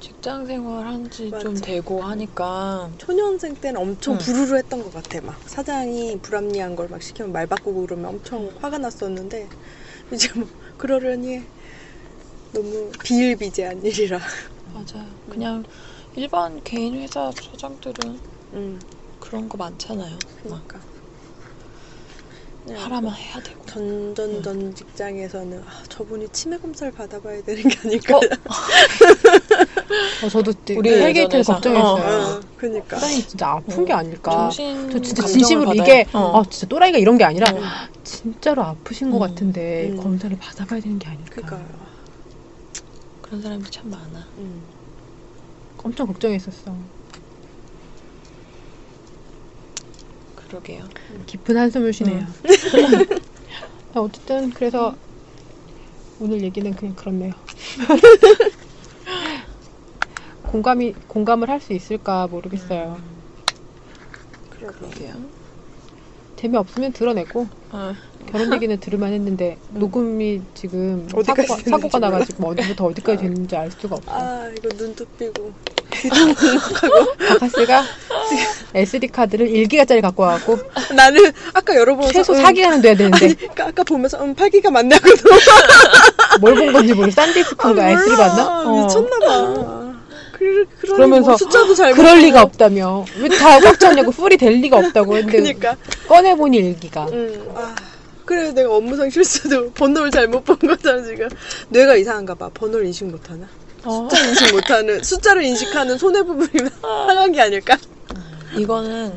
S3: 직장 생활 한 지 좀
S1: 맞아.
S3: 되고 하니까
S1: 초년생 때는 엄청
S3: 응.
S1: 부르르했던 것 같아 막 사장이 불합리한 걸 막 시키면 말 바꾸고 그러면 엄청 화가 났었는데 이제 뭐 그러려니 너무 비일비재한 일이라.
S3: 맞아요. 그냥 일반 개인 회사 사장들은
S1: 음
S3: 그런 거 많잖아요. 막
S1: 그러니까. 그냥
S3: 하라면 해야 되고.
S1: 전전전 직장에서는 아, 저분이 치매 검사를 받아봐야 되는 게 아닐까.
S2: 어, 저도
S3: 우리
S2: 헬게이트를
S3: 예전에서.
S2: 걱정했어요.
S1: 어, 그러니까.
S2: 사람이 진짜 아픈 게 아닐까? 저
S3: 정신
S2: 그러니까 진짜
S3: 감정을
S2: 진심으로
S3: 받아야-
S2: 이게
S3: 어.
S2: 아 진짜 또라이가 이런 게 아니라
S3: 어.
S2: 진짜로 아프신 것
S3: 음.
S2: 같은데
S1: 음.
S2: 검사를 받아봐야 되는 게 아닐까?
S1: 그러니까.
S3: 그런 사람들 참 많아.
S1: 음.
S2: 엄청 걱정했었어.
S3: 그러게요.
S2: 깊은 한숨을 쉬네요. 아, 어쨌든 그래서 오늘 얘기는 그냥 그렇네요. 공감이 공감을 할 수 있을까 모르겠어요.
S3: 그러게요.
S2: 재미 없으면 드러내고
S3: 아,
S2: 결혼 얘기는 들을만 했는데 녹음이 지금
S1: 어디까지
S2: 사고가,
S1: 됐는지
S2: 사고가
S1: 몰라.
S2: 나가지고 어디부터 어디까지 됐는지 알 수가 없어. 요
S1: 아 이거 눈도 삐고
S2: 바카스가 SD 카드를 1기가짜리 갖고 와갖고
S1: 나는 아까 열어보면서
S2: 최소
S1: 어, 음,
S2: 4기가는 돼야 되는데
S1: 아니, 그러니까 아까 보면서 음 8기가 맞냐고
S2: 뭘 본 건지 모르.
S1: 아,
S2: 산디스크인가 SD 봤나? 어.
S1: 미쳤나봐 그, 그러니
S2: 그러면서
S1: 뭐 숫자도 잘
S2: 그럴
S1: 모르고.
S2: 리가 없다며. 왜 다 꽉 찼냐고 풀이 될 리가 없다고 했는데
S1: 그러니까
S2: 꺼내보니 일기가.
S1: 음, 아, 그래 내가 업무상 실수도 번호를 잘못 본 거잖아 지금 뇌가 이상한가 봐 번호를 인식 못하나
S2: 어.
S1: 숫자 인식 못하는 숫자를 인식하는 손해 부분이 상한 게 아닐까
S3: 이거는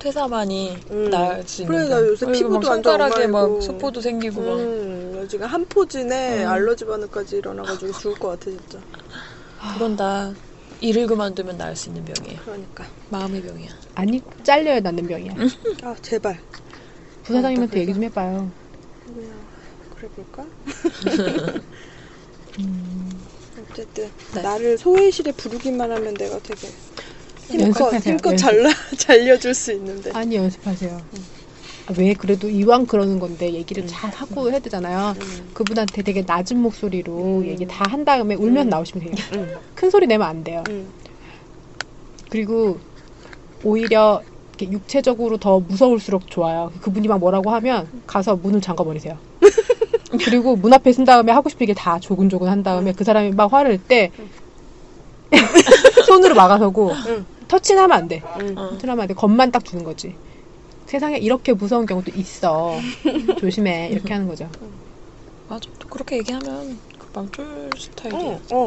S3: 퇴사만이
S1: 음.
S3: 나을 수 있는
S1: 그래, 나
S3: 거야.
S1: 요새
S3: 그리고
S1: 피부도
S3: 막
S1: 완전
S3: 손가락에
S1: 엉망이고.
S3: 막 수포도 생기고
S2: 뭐.
S3: 막
S1: 음, 나 지금 한 포진에
S3: 음.
S1: 알러지 반응까지 일어나가지고 죽을 것 같아 진짜
S3: 그건 다 일을 그만두면 나을 수 있는 병이에요.
S1: 그러니까
S3: 마음의 병이야.
S2: 아니 잘려야 낫는 병이야.
S1: 아 제발
S2: 부사장님한테 얘기 좀 해봐요.
S1: 그냥 그래 볼까 음. 어쨌든
S3: 네.
S1: 나를 소외실에 부르기만 하면 내가 되게 힘껏
S2: 연습하세요,
S1: 힘껏
S2: 연습.
S1: 잘라 잘려줄 수 있는데
S2: 아니 연습하세요. 아, 왜 그래도 이왕 그러는 건데 얘기를 잘 하고 해야 되잖아요.
S1: 음.
S2: 그분한테 되게 낮은 목소리로
S1: 음.
S2: 얘기 다 한 다음에 울면
S1: 음.
S2: 나오시면 돼요.
S1: 음.
S2: 큰 소리 내면 안 돼요.
S1: 음.
S2: 그리고 오히려 이렇게 육체적으로 더 무서울수록 좋아요. 그분이 막 뭐라고 하면 가서 문을 잠가버리세요. 그리고 문 앞에 쓴 다음에 하고 싶은 게 다 조근조근 한 다음에 그 사람이 막 화를 낼 때
S1: 음.
S2: 손으로 막아서고
S1: 응.
S2: 터치는 하면 안 돼.
S1: 음.
S3: 어.
S2: 트라우마 한테 겁만 딱 주는 거지. 세상에 이렇게 무서운 경우도 있어. 조심해. 이렇게 하는 거죠.
S3: 맞아. 또 그렇게 얘기하면 금방 쫄 스타일이야.
S1: 어, 어.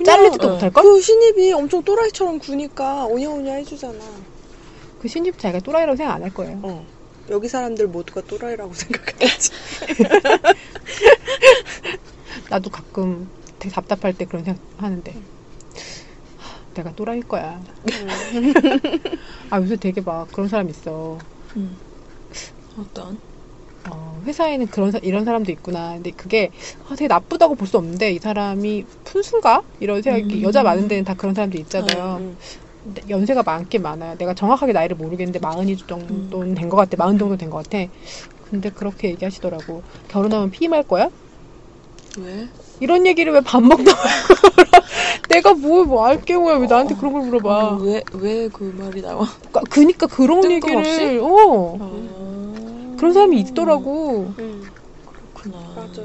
S2: 음. 잘리지도
S3: 어.
S2: 못할걸?
S1: 그 신입이 엄청 또라이처럼 구니까 오냐오냐 해주잖아.
S2: 그 신입 자기가 또라이라고 생각 안 할 거예요.
S1: 어. 여기 사람들 모두가 또라이라고
S2: 어.
S1: 생각하지.
S2: 나도 가끔 되게 답답할 때 그런 생각 하는데. 하, 내가 또라이일 거야. 아, 요새 되게 막 그런 사람 있어.
S3: 음. 어떤?
S2: 어, 회사에는 그런, 사- 이런 사람도 있구나. 근데 그게 아, 되게 나쁘다고 볼 수 없는데 이 사람이 푼수인가? 이런 생각이
S3: 음.
S2: 여자 많은 데는 다 그런 사람들 있잖아요.
S1: 음.
S2: 근데 연세가 많긴 많아요. 내가 정확하게 나이를 모르겠는데 마흔이
S1: 음.
S2: 정도는 된 것 같아. 마흔 정도 된 것 같아. 근데 그렇게 얘기하시더라고. 결혼하면 피임할 거야?
S3: 왜?
S2: 이런 얘기를 왜 밥 먹다 말고 내가 뭘 뭐 알 경우야 왜 나한테 그런 걸 물어봐.
S3: 왜왜 그 말이 나와?
S2: 그러니까, 그러니까 그런 얘기를
S3: 뜬금없이?
S2: 어
S3: 아.
S2: 음. 그런 사람이 있더라고.
S1: 음.
S3: 그렇구나.
S1: 맞아.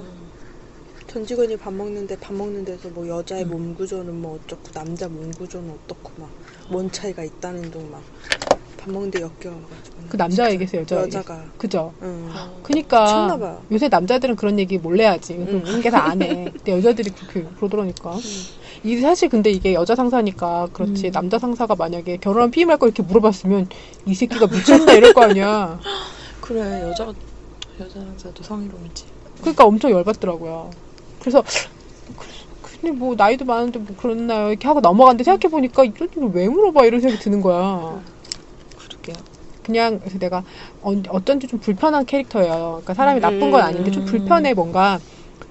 S1: 전 직원이 밥 먹는데 밥 먹는 데서 뭐 여자의
S3: 음.
S1: 몸 구조는 뭐 어쩌고 남자 몸 구조는 어떻고 막 뭔 차이가 있다는 둥 막 밥 먹는데 엮여가지고.
S2: 그 아. 남자 얘기했어 여자 얘기.
S1: 여자가.
S2: 그죠.
S1: 응.
S3: 어.
S2: 그니까
S1: 미쳤나봐요.
S2: 요새 남자들은 그런 얘기 몰래 하지.
S1: 음.
S2: 그런 게 다 안 해. 근데 여자들이 그렇게 그러더라니까. 이 사실 근데 이게 여자 상사니까 그렇지
S3: 음.
S2: 남자 상사가 만약에 결혼한 피임할 거 이렇게 물어봤으면 이 새끼가 미쳤나 이럴 거 아니야.
S3: 그래 여자가 여자 남자도 성희롱이지.
S2: 그러니까 엄청 열받더라고요. 그래서 근데 뭐 나이도 많은데 뭐 그렇나요 이렇게 하고 넘어갔는데 생각해 보니까 이런 일을 왜 물어봐 이런 생각이 드는 거야.
S3: 그러게요.
S2: 그냥 그래서 내가 어, 어쩐지 좀 불편한 캐릭터예요. 그러니까 사람이 나쁜 건 아닌데 좀
S3: 음.
S2: 불편해 뭔가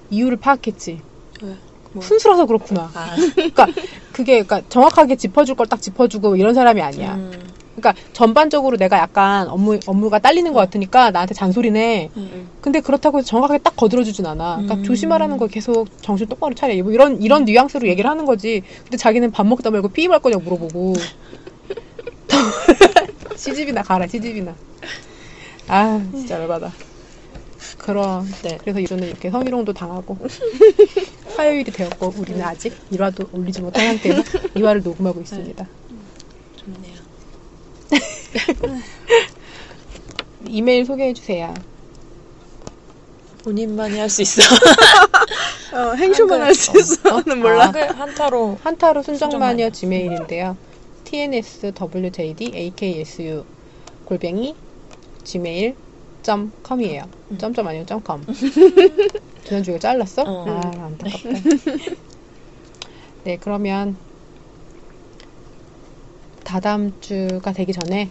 S2: 이유를 파악했지.
S3: 왜? 뭐?
S2: 순수라서 그렇구나.
S3: 아,
S2: 그러니까 그게 그러니까 정확하게 짚어줄 걸 딱 짚어주고 이런 사람이 아니야.
S3: 음,
S2: 그러니까 전반적으로 내가 약간 업무 업무가 딸리는 것 같으니까 나한테 잔소리네.
S3: 음,
S2: 근데 그렇다고 해서 정확하게 딱 거들어주진 않아. 그러니까
S3: 음.
S2: 조심하라는 거 계속 정신 똑바로 차려. 뭐 이런 이런 뉘앙스로 얘기를 하는 거지. 근데 자기는 밥 먹다 말고 피임할 거냐고 물어보고. 시집이나 가라 시집이나. 아 진짜 열받아. 그럼
S3: 네.
S2: 그래서 이전에 이렇게 성희롱도 당하고 화요일이 되었고 우리는 아직 1화도 올리지 못한 상태로 2화를 녹음하고 있습니다.
S1: 네.
S3: 좋네요.
S2: 이메일 소개해 주세요.
S3: 본인만이 할 수 있어.
S1: 어, 행쇼만
S3: 안
S1: 할 수
S2: 돼.
S1: 있어. 는 몰라.
S2: 아,
S3: 한글 한타로
S2: 한타로 순정마녀
S3: 순정마녀.
S2: 지메일인데요. tnswjd aksu 골뱅이 gmail.com이에요.
S3: 음.
S2: 점점 아니고 .com. 지난주에 잘랐어?
S3: 어.
S2: 아 안타깝다. 네 그러면 다다음 주가 되기 전에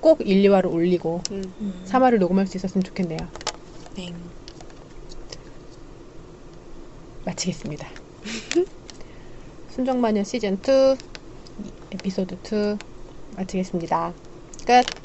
S2: 꼭 1, 2화를 올리고
S1: 음.
S3: 음,
S2: 3화를 녹음할 수 있었으면 좋겠네요.
S3: 땡.
S2: 마치겠습니다. 순정마녀 시즌 2 에피소드 2 마치겠습니다. 끝.